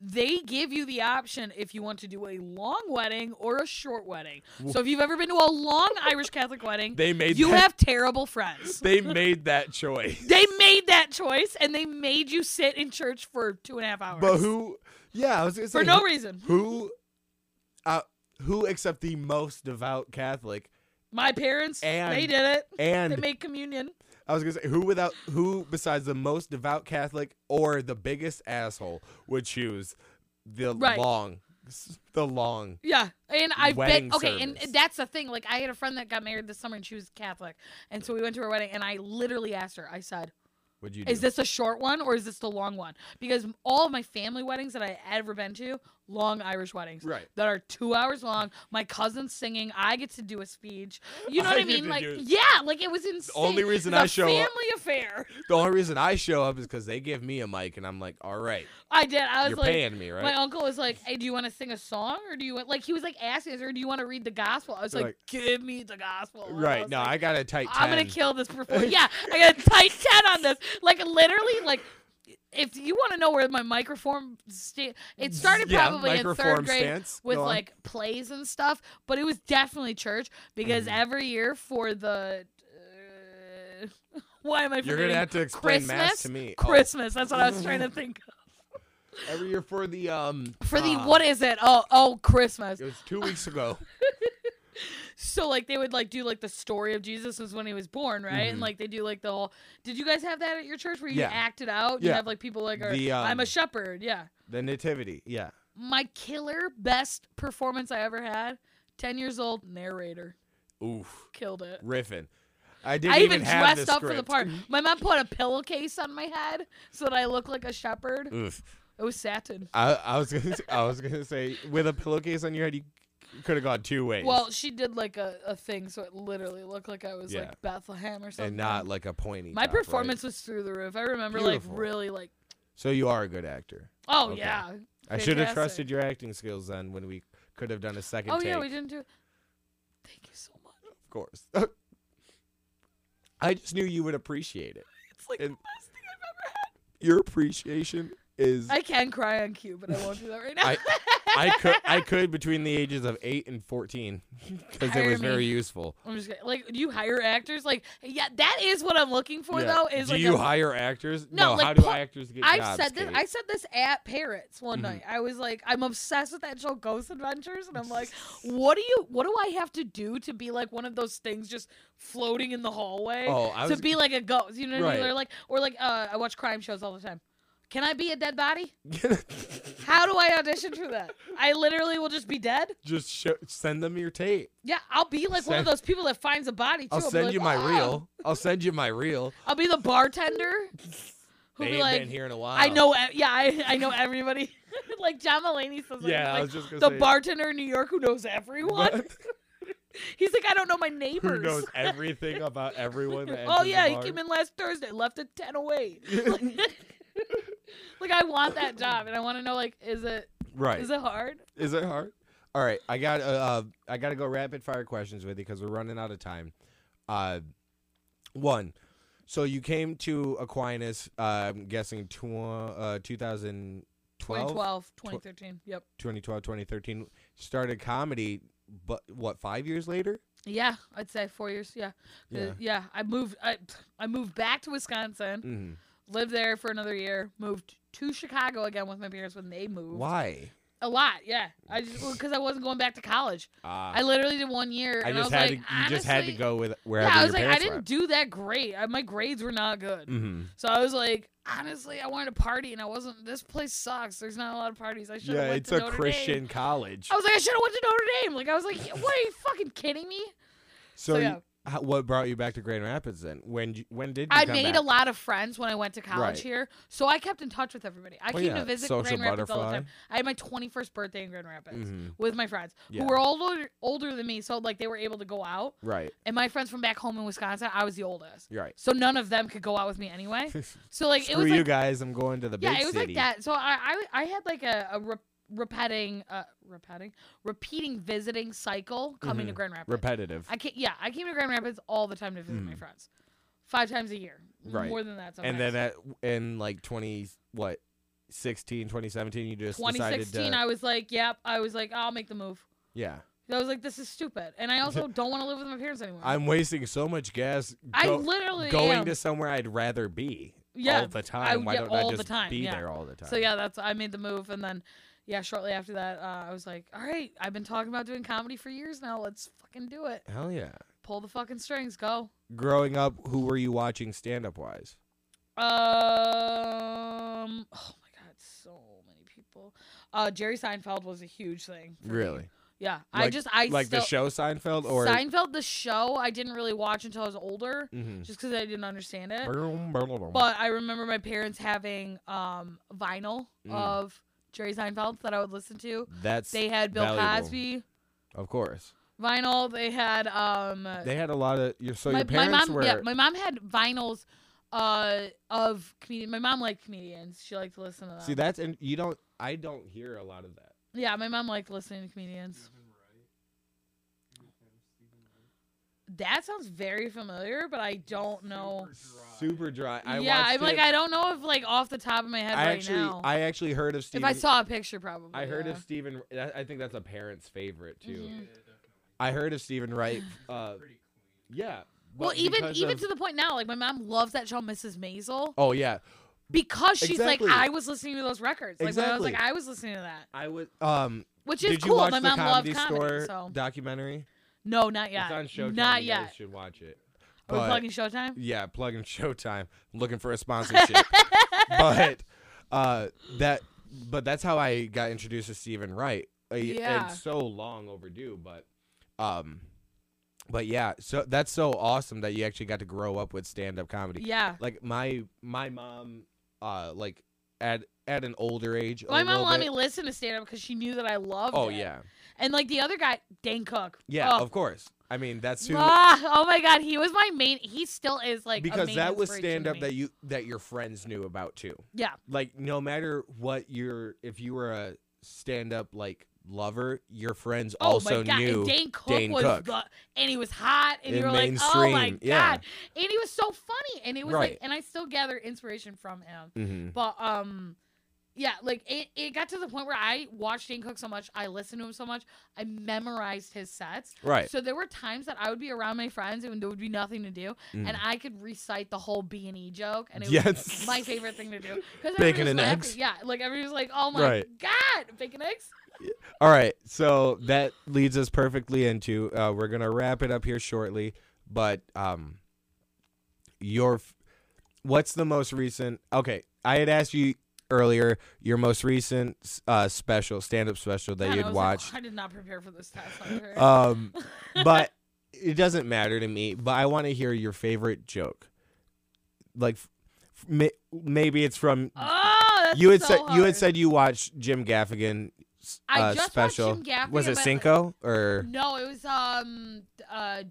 they give you the option if you want to do a long wedding or a short wedding. So if you've ever been to a long Irish Catholic wedding, They made you that- have terrible friends. They made that choice. They made that choice and they made you sit in church for two and a half hours. But who? Yeah, I was gonna say, For no who- reason. Who? Uh, who except the most devout Catholic? My parents, And- they did it. they and- made communion. I was gonna say who without who besides the most devout Catholic or the biggest asshole would choose the Right. long, the long. Yeah, and I've been Wedding okay, service. and that's the thing. Like, I had a friend that got married this summer, and she was Catholic, and so we went to her wedding, and I literally asked her. I said, Would you? "Is do? this a short one or is this the long one?" Because all of my family weddings that I ever been to, long Irish weddings, Right. that are two hours long. My cousins singing, I get to do a speech. You know what I I get mean? to Like, do- yeah, like it was insane. only reason It was I a show family up- affair. The only reason I show up is because they give me a mic, and I'm like, all right. I did. I was You're like, paying me, right? My uncle was like, "Hey, do you want to sing a song, or do you want like?" He was like asking us, "Or do you want to read the gospel?" I was They're like, "Give me the gospel." And Right. was No, like, I got a tight 10. I'm gonna kill this performance. yeah, I got a tight ten on this. Like literally, like if you want to know where my microform sta- it started Yeah, probably in microform third grade stance. with Go on. like plays and stuff, but it was definitely church because Mm-hmm. every year for the. uh, Why am I? You're gonna forgetting? have to explain Christmas? mass to me. Oh. Christmas. That's what I was trying to think of. every year for the um for the ah, what is it? Oh, oh, Christmas. It was two weeks ago. So like they would like do like the story of Jesus was when he was born, right? And Mhm. like they do like the whole. Did you guys have that at your church where you Yeah. act it out? You Yeah. have like people like, are, The, I'm a um, shepherd. Yeah. the nativity. Yeah. My killer best performance I ever had. Ten years old, narrator Oof. killed it. Riffin. I didn't I even have dressed the up for the script. part. My mom put a pillowcase on my head so that I look like a shepherd. Oof. It was satin. I, I was gonna say, I was gonna say with a pillowcase on your head you could have gone two ways. Well, she did like a, a thing, so it literally looked like I was Yeah. like Bethlehem or something. and not like a pointy. My top, right? performance was through the roof. I remember Beautiful. like really like So you are a good actor. oh Okay. yeah. I should have fantastic. trusted your acting skills then when we could have done a second Oh take. yeah, we didn't do Thank you so much. Of course. I just knew you would appreciate it. It's like And- the best thing I've ever had. Your appreciation is I can cry on cue, but I won't do that right now. I, I could I could between the ages of eight and fourteen because it Hire was me. very useful. am just kidding. like, do you hire actors? Like, yeah, that is what I'm looking for Yeah. though. Is do like you a- hire actors? No, like, how do pl- actors get I've jobs? said this. Kate? I said this at Parrots one Mm-hmm. night. I was like, I'm obsessed with that show, Ghost Adventures, and I'm like, what do you? What do I have to do to be like one of those things just floating in the hallway? Oh, I to was- be like a ghost. You know what I mean? Right. Or like, or like, uh, I watch crime shows all the time. Can I be a dead body? How do I audition for that? I literally will just be dead. just show, send them your tape. Yeah, I'll be like one of Send- those people that finds a body. Too. I'll be send like, you my "Ah." reel. I'll send you my reel. I'll be the bartender. They Who'll be ain't like, been here in a while. I know, ev- yeah, I, I know everybody. like John Mulaney says, Yeah, I like, was just gonna the say- bartender in New York who knows everyone. He's like, I don't know my neighbors. Who knows everything about everyone? That oh yeah, he came in last Thursday, left at ten away. like I want that job, and I want to know like, is it Right. is it hard? Is it hard? All right, I got uh, uh I got to go rapid fire questions with you because we're running out of time. Uh, one, so you came to Aquinas, uh, I'm guessing tw- uh, 2012, 2012, 2013. Yep. 2012, 2013. Started comedy, but what five years later? Yeah, I'd say four years. Yeah, yeah. Yeah. yeah I moved. I, I moved back to Wisconsin. Mhm. Lived there for another year. Moved to Chicago again with my parents when they moved. Why? A lot. Yeah, I just because I wasn't going back to college. I literally did one year. Ah, I and just I had was like, to. You just had to honestly- go with wherever Yeah, I your was like, I parents didn't do that great. I, my grades were not good. Mm-hmm. So I was like, honestly, I wanted to party, and I wasn't. This place sucks. There's not a lot of parties. I should. Yeah, went it's to a Notre Christian Dame. Oh, college. I was like, I should have went to Notre Dame. Like I was like, what are you fucking kidding me? so so you- yeah. how, what brought you back to Grand Rapids then? When you- when did you I come made a back? lot of friends when I went to college Right. here, so I kept in touch with everybody. I Well, came yeah, to visit social Grand Rapids all the time. butterfly. I had my 21st birthday in Grand Rapids Mhm. with my friends Yeah. who were all older, older than me, so like they were able to go out. Right. And my friends from back home in Wisconsin, I was the oldest, Right. so none of them could go out with me anyway. So like Screw it was you like, guys! I'm going to the yeah, big it was city. like that. So I I, I had like a, a re- repeating uh repeating repeating visiting cycle coming to Mhm. Grand Rapids. Repetitive. I ca yeah, I came to Grand Rapids all the time to visit my Mhm. friends, five times a year, right. More than that, sometimes. And then at in like 20 what 16, 2017, you just decided 2016, to I was like, yep. I was like, I'll make the move. yeah. I was like, this is stupid, and I also don't want to live with my parents anymore. I'm wasting so much gas. I literally going am. to somewhere I'd rather be yeah, all the I, time. Why yeah, don't all I just the time, be yeah. there all the time? So yeah, that's I made the move, and then yeah, shortly after that, uh, I was like, all right, I've been talking about doing comedy for years now. Let's fucking do it. Hell yeah. Pull the fucking strings. Go. Growing up, who were you watching stand up wise? Um. Oh my god, so many people. Uh, Jerry Seinfeld was a huge thing. for me. Really? Yeah, I Like- just I like the show still- Seinfeld or Seinfeld the show. I didn't really watch until I was older, Mhm. just because I didn't understand it. Brum, brum, brum. But I remember my parents having um vinyl Mm. of Jerry Seinfeld that I would listen to. That's they had Bill valuable. Cosby Of course. vinyl. They had um They had a lot of your so my, your my parents mom were yeah my mom had vinyls uh of comedian. My mom liked comedians. She liked to listen to them. See that's and you don't I don't hear a lot of that. Yeah, my mom liked listening to comedians. That sounds very familiar, but I don't know. Super dry. I yeah, watched I'm like it- I don't know if like off the top of my head I right actually now. I actually heard of Steven if I saw a picture, probably. I heard yeah. of Stephen. that- I think that's a parent's favorite too. Mhm. Yeah, yeah, I heard of Stephen Wright. Uh, yeah. Well, but even because even of- to the point now, like my mom loves that show, Mrs. Maisel, Oh yeah. because she's Exactly. like I was listening to those records. Like when I was like Exactly. I was listening to that. I was. Um. Which is did cool, You watch my the mom Comedy loved comedy, Store so. documentary. No, not yet. It's on Showtime. Not you guys yet. should watch it. Are we But- plugging Showtime? Yeah, plugging Showtime. I'm looking for a sponsorship. but uh, that. But that's how I got introduced to Stephen Wright. I- Yeah. It's so long overdue, but um. But yeah, so that's so awesome that you actually got to grow up with stand-up comedy. Yeah. Like my my mom uh like at at an older age a My mom little let bit- me listen to stand up because she knew that I loved Oh it. yeah. And like the other guy, Dan Cook. Yeah, Oh, of course. I mean, that's who ah, oh my god, he was my main. He still is like a because main that was inspiration stand to up me. that you that your friends knew about too. Yeah. Like no matter what your if you were a stand up like lover, your friends Oh also my god, knew and Dan Cook Dane was Cook. the and he was hot and you And were like, oh my mainstream, god, yeah. and he was so funny and it was Right. like, and I still gather inspiration from him. Mhm. But um, yeah, like it, it got to the point where I watched Dan Cook so much, I listened to him so much, I memorized his sets. Right. So there were times that I would be around my friends and there would be nothing to do, and Mm. I could recite the whole B and E joke, and it Yes. was my favorite thing to do because Bacon and eggs. Yeah, like everybody was like, oh my Right. god, bacon eggs. All right, so that leads us perfectly into uh, we're gonna wrap it up here shortly, but um, your f- what's the most recent? Okay, I had asked you earlier your most recent uh, special stand up special that God, I you'd was like, watched, "Oh, I did not prepare for this test. I'm very- um, but it doesn't matter to me. But I want to hear your favorite joke, like f- f- may- maybe it's from oh, that's you had so said you hard. had said you watched Jim Gaffigan I uh, just watched special. Jim Gaffigan, was it but- Cinco or No, it was um uh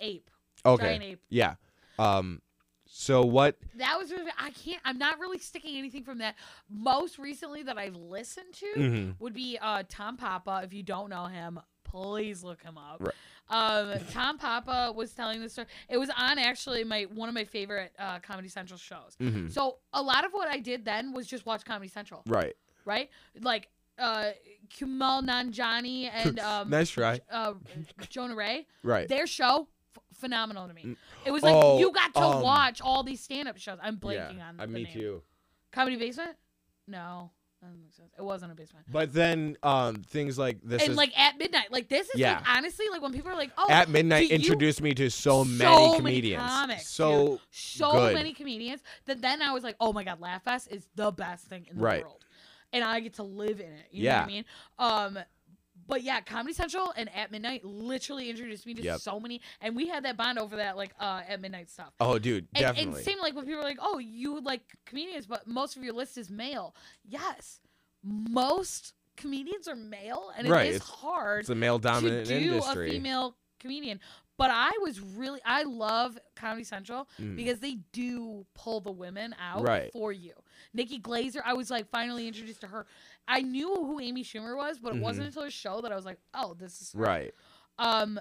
ape. okay? Giant ape. Yeah. Um. So what? That was really, I can't I'm not really sticking anything from that. Most recently that I've listened to Mhm. would be uh Tom Papa. If you don't know him, please look him up. Right. Um, Tom Papa was telling this story. It was on actually my one of my favorite uh, Comedy Central shows. Mhm. So a lot of what I did then was just watch Comedy Central. Right. right? Like uh Kumail Nanjiani and um Nice try. uh, Jonah Ray. Right. Their show f- phenomenal to me. It was like Oh, you got to um, watch all these stand-up shows. I'm blanking yeah. on uh, the me name. too. Comedy Basement? No. That doesn't make sense. It wasn't a basement. But then um things like this and is like at midnight, like this is Yeah. like honestly, like when people are like, "Oh, at midnight do you- introduced me to so many comedians. comics, so dude. so good. many comedians that then I was like, oh my god, Laugh Fest is the best thing in the Right. world, and I get to live in it. You know Yeah. what I mean? Um, But yeah, Comedy Central and At Midnight literally introduced me to Yep. so many, and we had that bond over that like uh, At Midnight stuff. Oh, dude, And- definitely. And same like when people are like, "Oh, you like comedians, but most of your list is male." Yes, most comedians are male, and Right, it is it's- hard. it's a male-dominant to do industry. A female comedian, but I was really I love Comedy Central Mm. because they do pull the women out Right. for you. Nikki Glazer, I was like finally introduced to her. I knew who Amy Schumer was, but it wasn't Mhm. until her show that I was like, "Oh, this is her." Right. Um,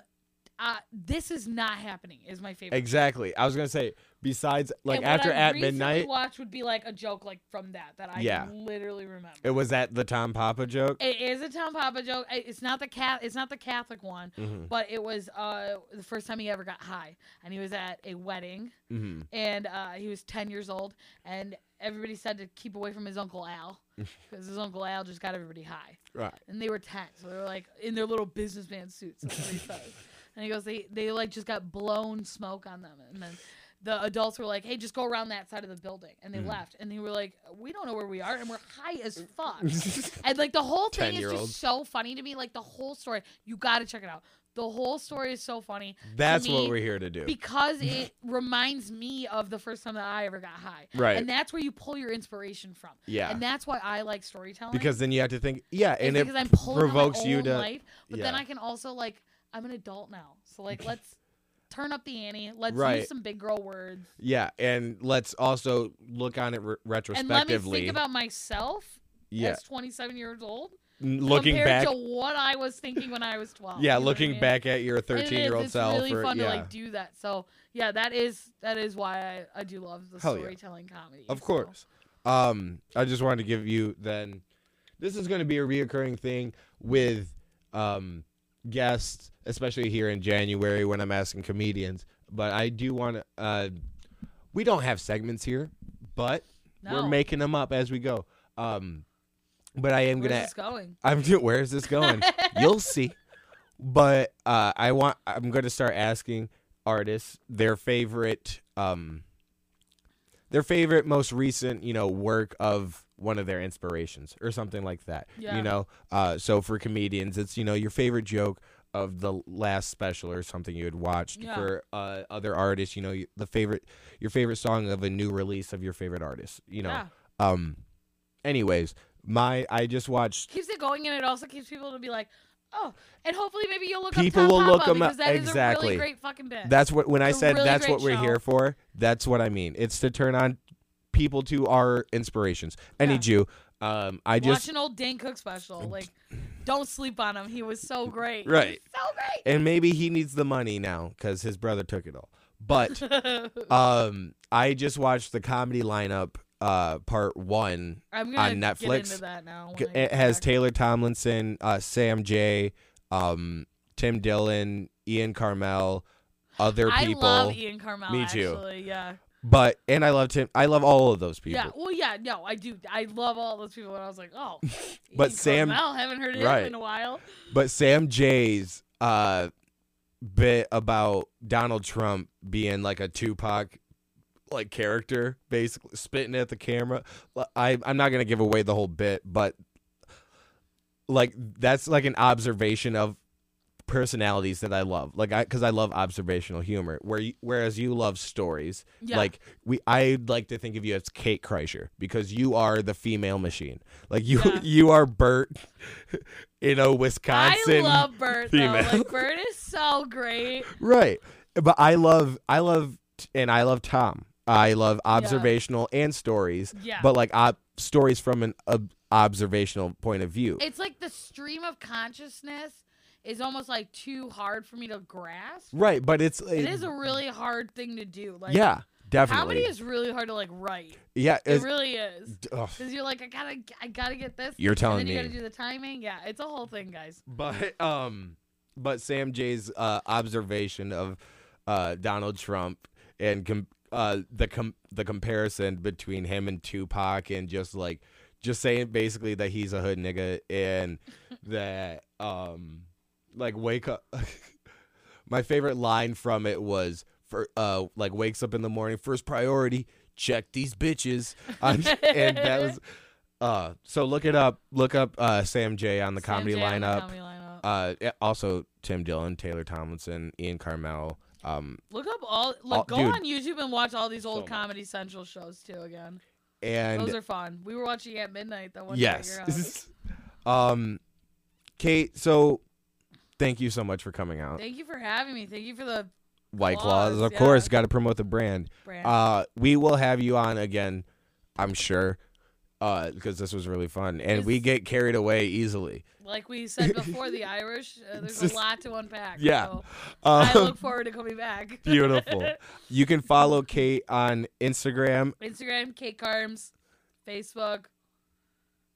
uh, this is not happening. Is my favorite. Exactly. I was gonna say. Besides, like And what after I at recently midnight, watched would be like a joke like from that that I Yeah. literally remember. it was at the Tom Papa joke. It is a Tom Papa joke. I- It's not the cat. It's not the Catholic one, Mhm. but it was uh, the first time he ever got high, and he was at a wedding, Mhm. and uh, he was ten years old, and everybody said to keep away from his uncle Al, because his uncle Al just got everybody high. Right. And they were ten, so they were like in their little businessman suits. That's what he says. And he goes, they they like just got blown smoke on them, and then the adults were like, hey, just go around that side of the building, and they Mhm. left, and they were like, we don't know where we are, and we're high as fuck, and like the whole thing is Ten-year-old. just so funny to me. Like the whole story, you got to check it out. The whole story is so funny. to That's what me we're here to do. Because it reminds me of the first time that I ever got high. Right. And that's where you pull your inspiration from. Yeah. And that's why I like storytelling. because then you have to think, yeah, Is and it because I'm pulling on my provokes you own to. life, but then yeah. I can also like I'm an adult now, so like let's turn up the ante. Let's use Right. some big girl words. Yeah, and let's also look on it re- And let me retrospectively. think about myself Yeah. as 27 years old. N- looking back. compared to what I was thinking when I was yeah, 12. you know what I looking mean? back at your And it is, 13 year old it's self. really or, fun yeah. to like do that. So yeah, that is that is why I, I do love the Hell yeah. storytelling comedy. Of course. Um, I just wanted to give you then. This is going to be a reoccurring thing with um, guests, especially here in January when I'm asking comedians. But I do want to. Uh, we don't have segments here, but No. we're making them up as we go. Um, but I am Where's gonna. this going? I'm. Where is this going? You'll see. But uh, I want. I'm going to start asking artists their favorite. Um, their favorite most recent you know work of one of their inspirations or something like that Yeah. you know uh, so for comedians it's you know your favorite joke of the last special or something you had watched Yeah. for uh, other artists you know y- the favorite your favorite song of a new release of your favorite artist you know Yeah. um anyways my i just watched Keeps it going, and it also keeps people to be like, oh, and hopefully maybe you'll look people up Tom will look Papa them up because that is exactly a really great fucking bit. that's what when i It's a said really that's great what we're show. here for that's what i mean it's to turn on people to our inspirations any jew um i just Watch an old Dan Cook special. Like, don't sleep on him. He was so great. He was Right. so great. and maybe he needs the money now because his brother took it all. But um, I just watched the comedy lineup uh, part one I'm gonna on get Netflix. into that now when G- I It has Taylor Tomlinson, uh, Sam J, um, Tim Dillon, Ian Carmel, other I people. love Ian Carmel. Me too. Actually, yeah. But and I love Tim. I love all of those people. Yeah, well, yeah, no, I do. I love all those people, and I was like, oh, But Ian Sam- Carmel, haven't heard of him right. in a while. But Sam J's uh, bit about Donald Trump being like a Tupac like character, basically spitting at the camera. L- I I'm not gonna give away the whole bit, but like that's like an observation of personalities that I love. Like I cuz I love observational humor where you, whereas you love stories. Yeah. Like we I'd like to think of you as Kate Kreischer because you are the female machine. Like you you are Bert in a Wisconsin I love Bert female. though. Like Bert is so great. Right. But I love I love and I love Tom. I love observational and stories, Yeah. but like ob- stories from an ob- observational point of view. It's like the stream of consciousness is almost like too hard for me to grasp. right, but it's It is a really hard thing to do. Like, Yeah, definitely. Comedy is really hard to like write. Yeah, it it's- really is. D- ugh. Because you're like, I gotta, I gotta get this. You're telling and then You me. gotta do the timing. Yeah, it's a whole thing, guys. But um, but Sam J's uh, observation of uh, Donald Trump and com- uh, the com- the comparison between him and Tupac and just like just saying basically that he's a hood nigga and that um like wake up. My favorite line from it was for uh like wakes up in the morning first priority check these bitches Um, and that was uh so look it up look up uh Sam J on the comedy Jay on the lineup comedy lineup. Uh, yeah, also Tim Dillon, Taylor Tomlinson, Ian Carmel. Um, Look up all like All- go dude. on YouTube and watch all these old Comedy Central shows too again. and Those are fun. We were watching at midnight that one day. at your house. yes. um, Kate. So, thank you so much for coming out. Thank you for having me. Thank you for the White Claws, of yeah. course, got to promote the brand. Brand. Uh, we will have you on again, I'm sure, uh, because this was really fun, and we get carried away easily. like we said before the Irish. Uh, there's a Just- lot to unpack. yeah. so Um, I look forward to coming back. Beautiful. you can follow Kate on Instagram. Instagram Kate Carms, Facebook,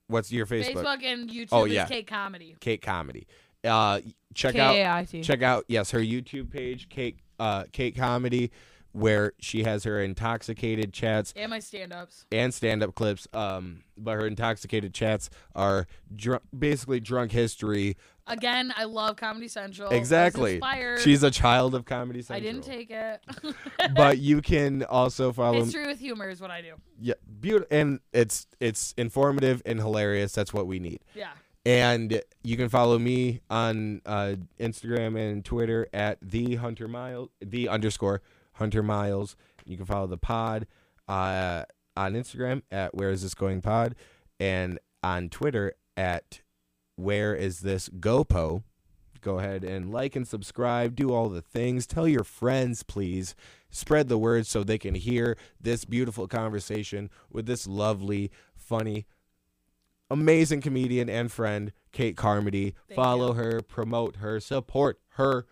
What's your Facebook? and YouTube Oh, is yeah. Kate Comedy. Kate Comedy. Uh, check K-A-I-T. out check out yes her YouTube page Kate uh, Kate Comedy, where she has her intoxicated chats And my stand-ups. and stand up clips. Um, but her intoxicated chats are dr- basically drunk history. Again, I love Comedy Central. I was Exactly. inspired. She's a child of Comedy I Central. didn't take it. but you can also follow. History with humor is what I do. Yeah, beautiful, and it's it's informative and hilarious. That's what we need. Yeah. And you can follow me on uh, Instagram and Twitter at the Hunter Miles, the underscore Hunter Miles. You can follow the pod uh, on Instagram at Where Is This Going Pod, and on Twitter at Where Is This GoPo. Go ahead and like and subscribe. Do all the things. Tell your friends, please. Spread the word so they can hear this beautiful conversation with this lovely, funny, amazing comedian and friend, Kate Carmody. Follow her, promote her, support her.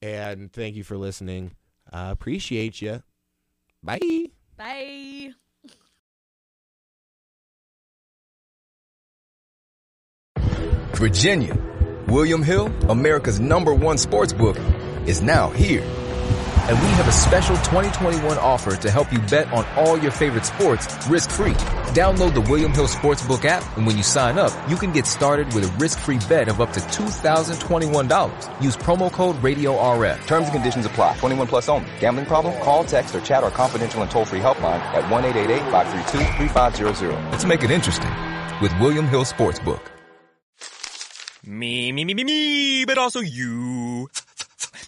And thank you for listening. I appreciate you. Bye. Bye. Virginia, William Hill, America's number one sports book, is now here. And we have a special 2021 offer to help you bet on all your favorite sports risk-free. Download the William Hill Sportsbook app, and when you sign up, you can get started with a risk-free bet of up to $2,021. Use promo code RADIORF. Terms and conditions apply. 21 plus only. Gambling problem? Call, text, or chat our confidential and toll-free helpline at 1-888-532-3500. Let's make it interesting with William Hill Sportsbook. Me, me, me, me, me, but also you.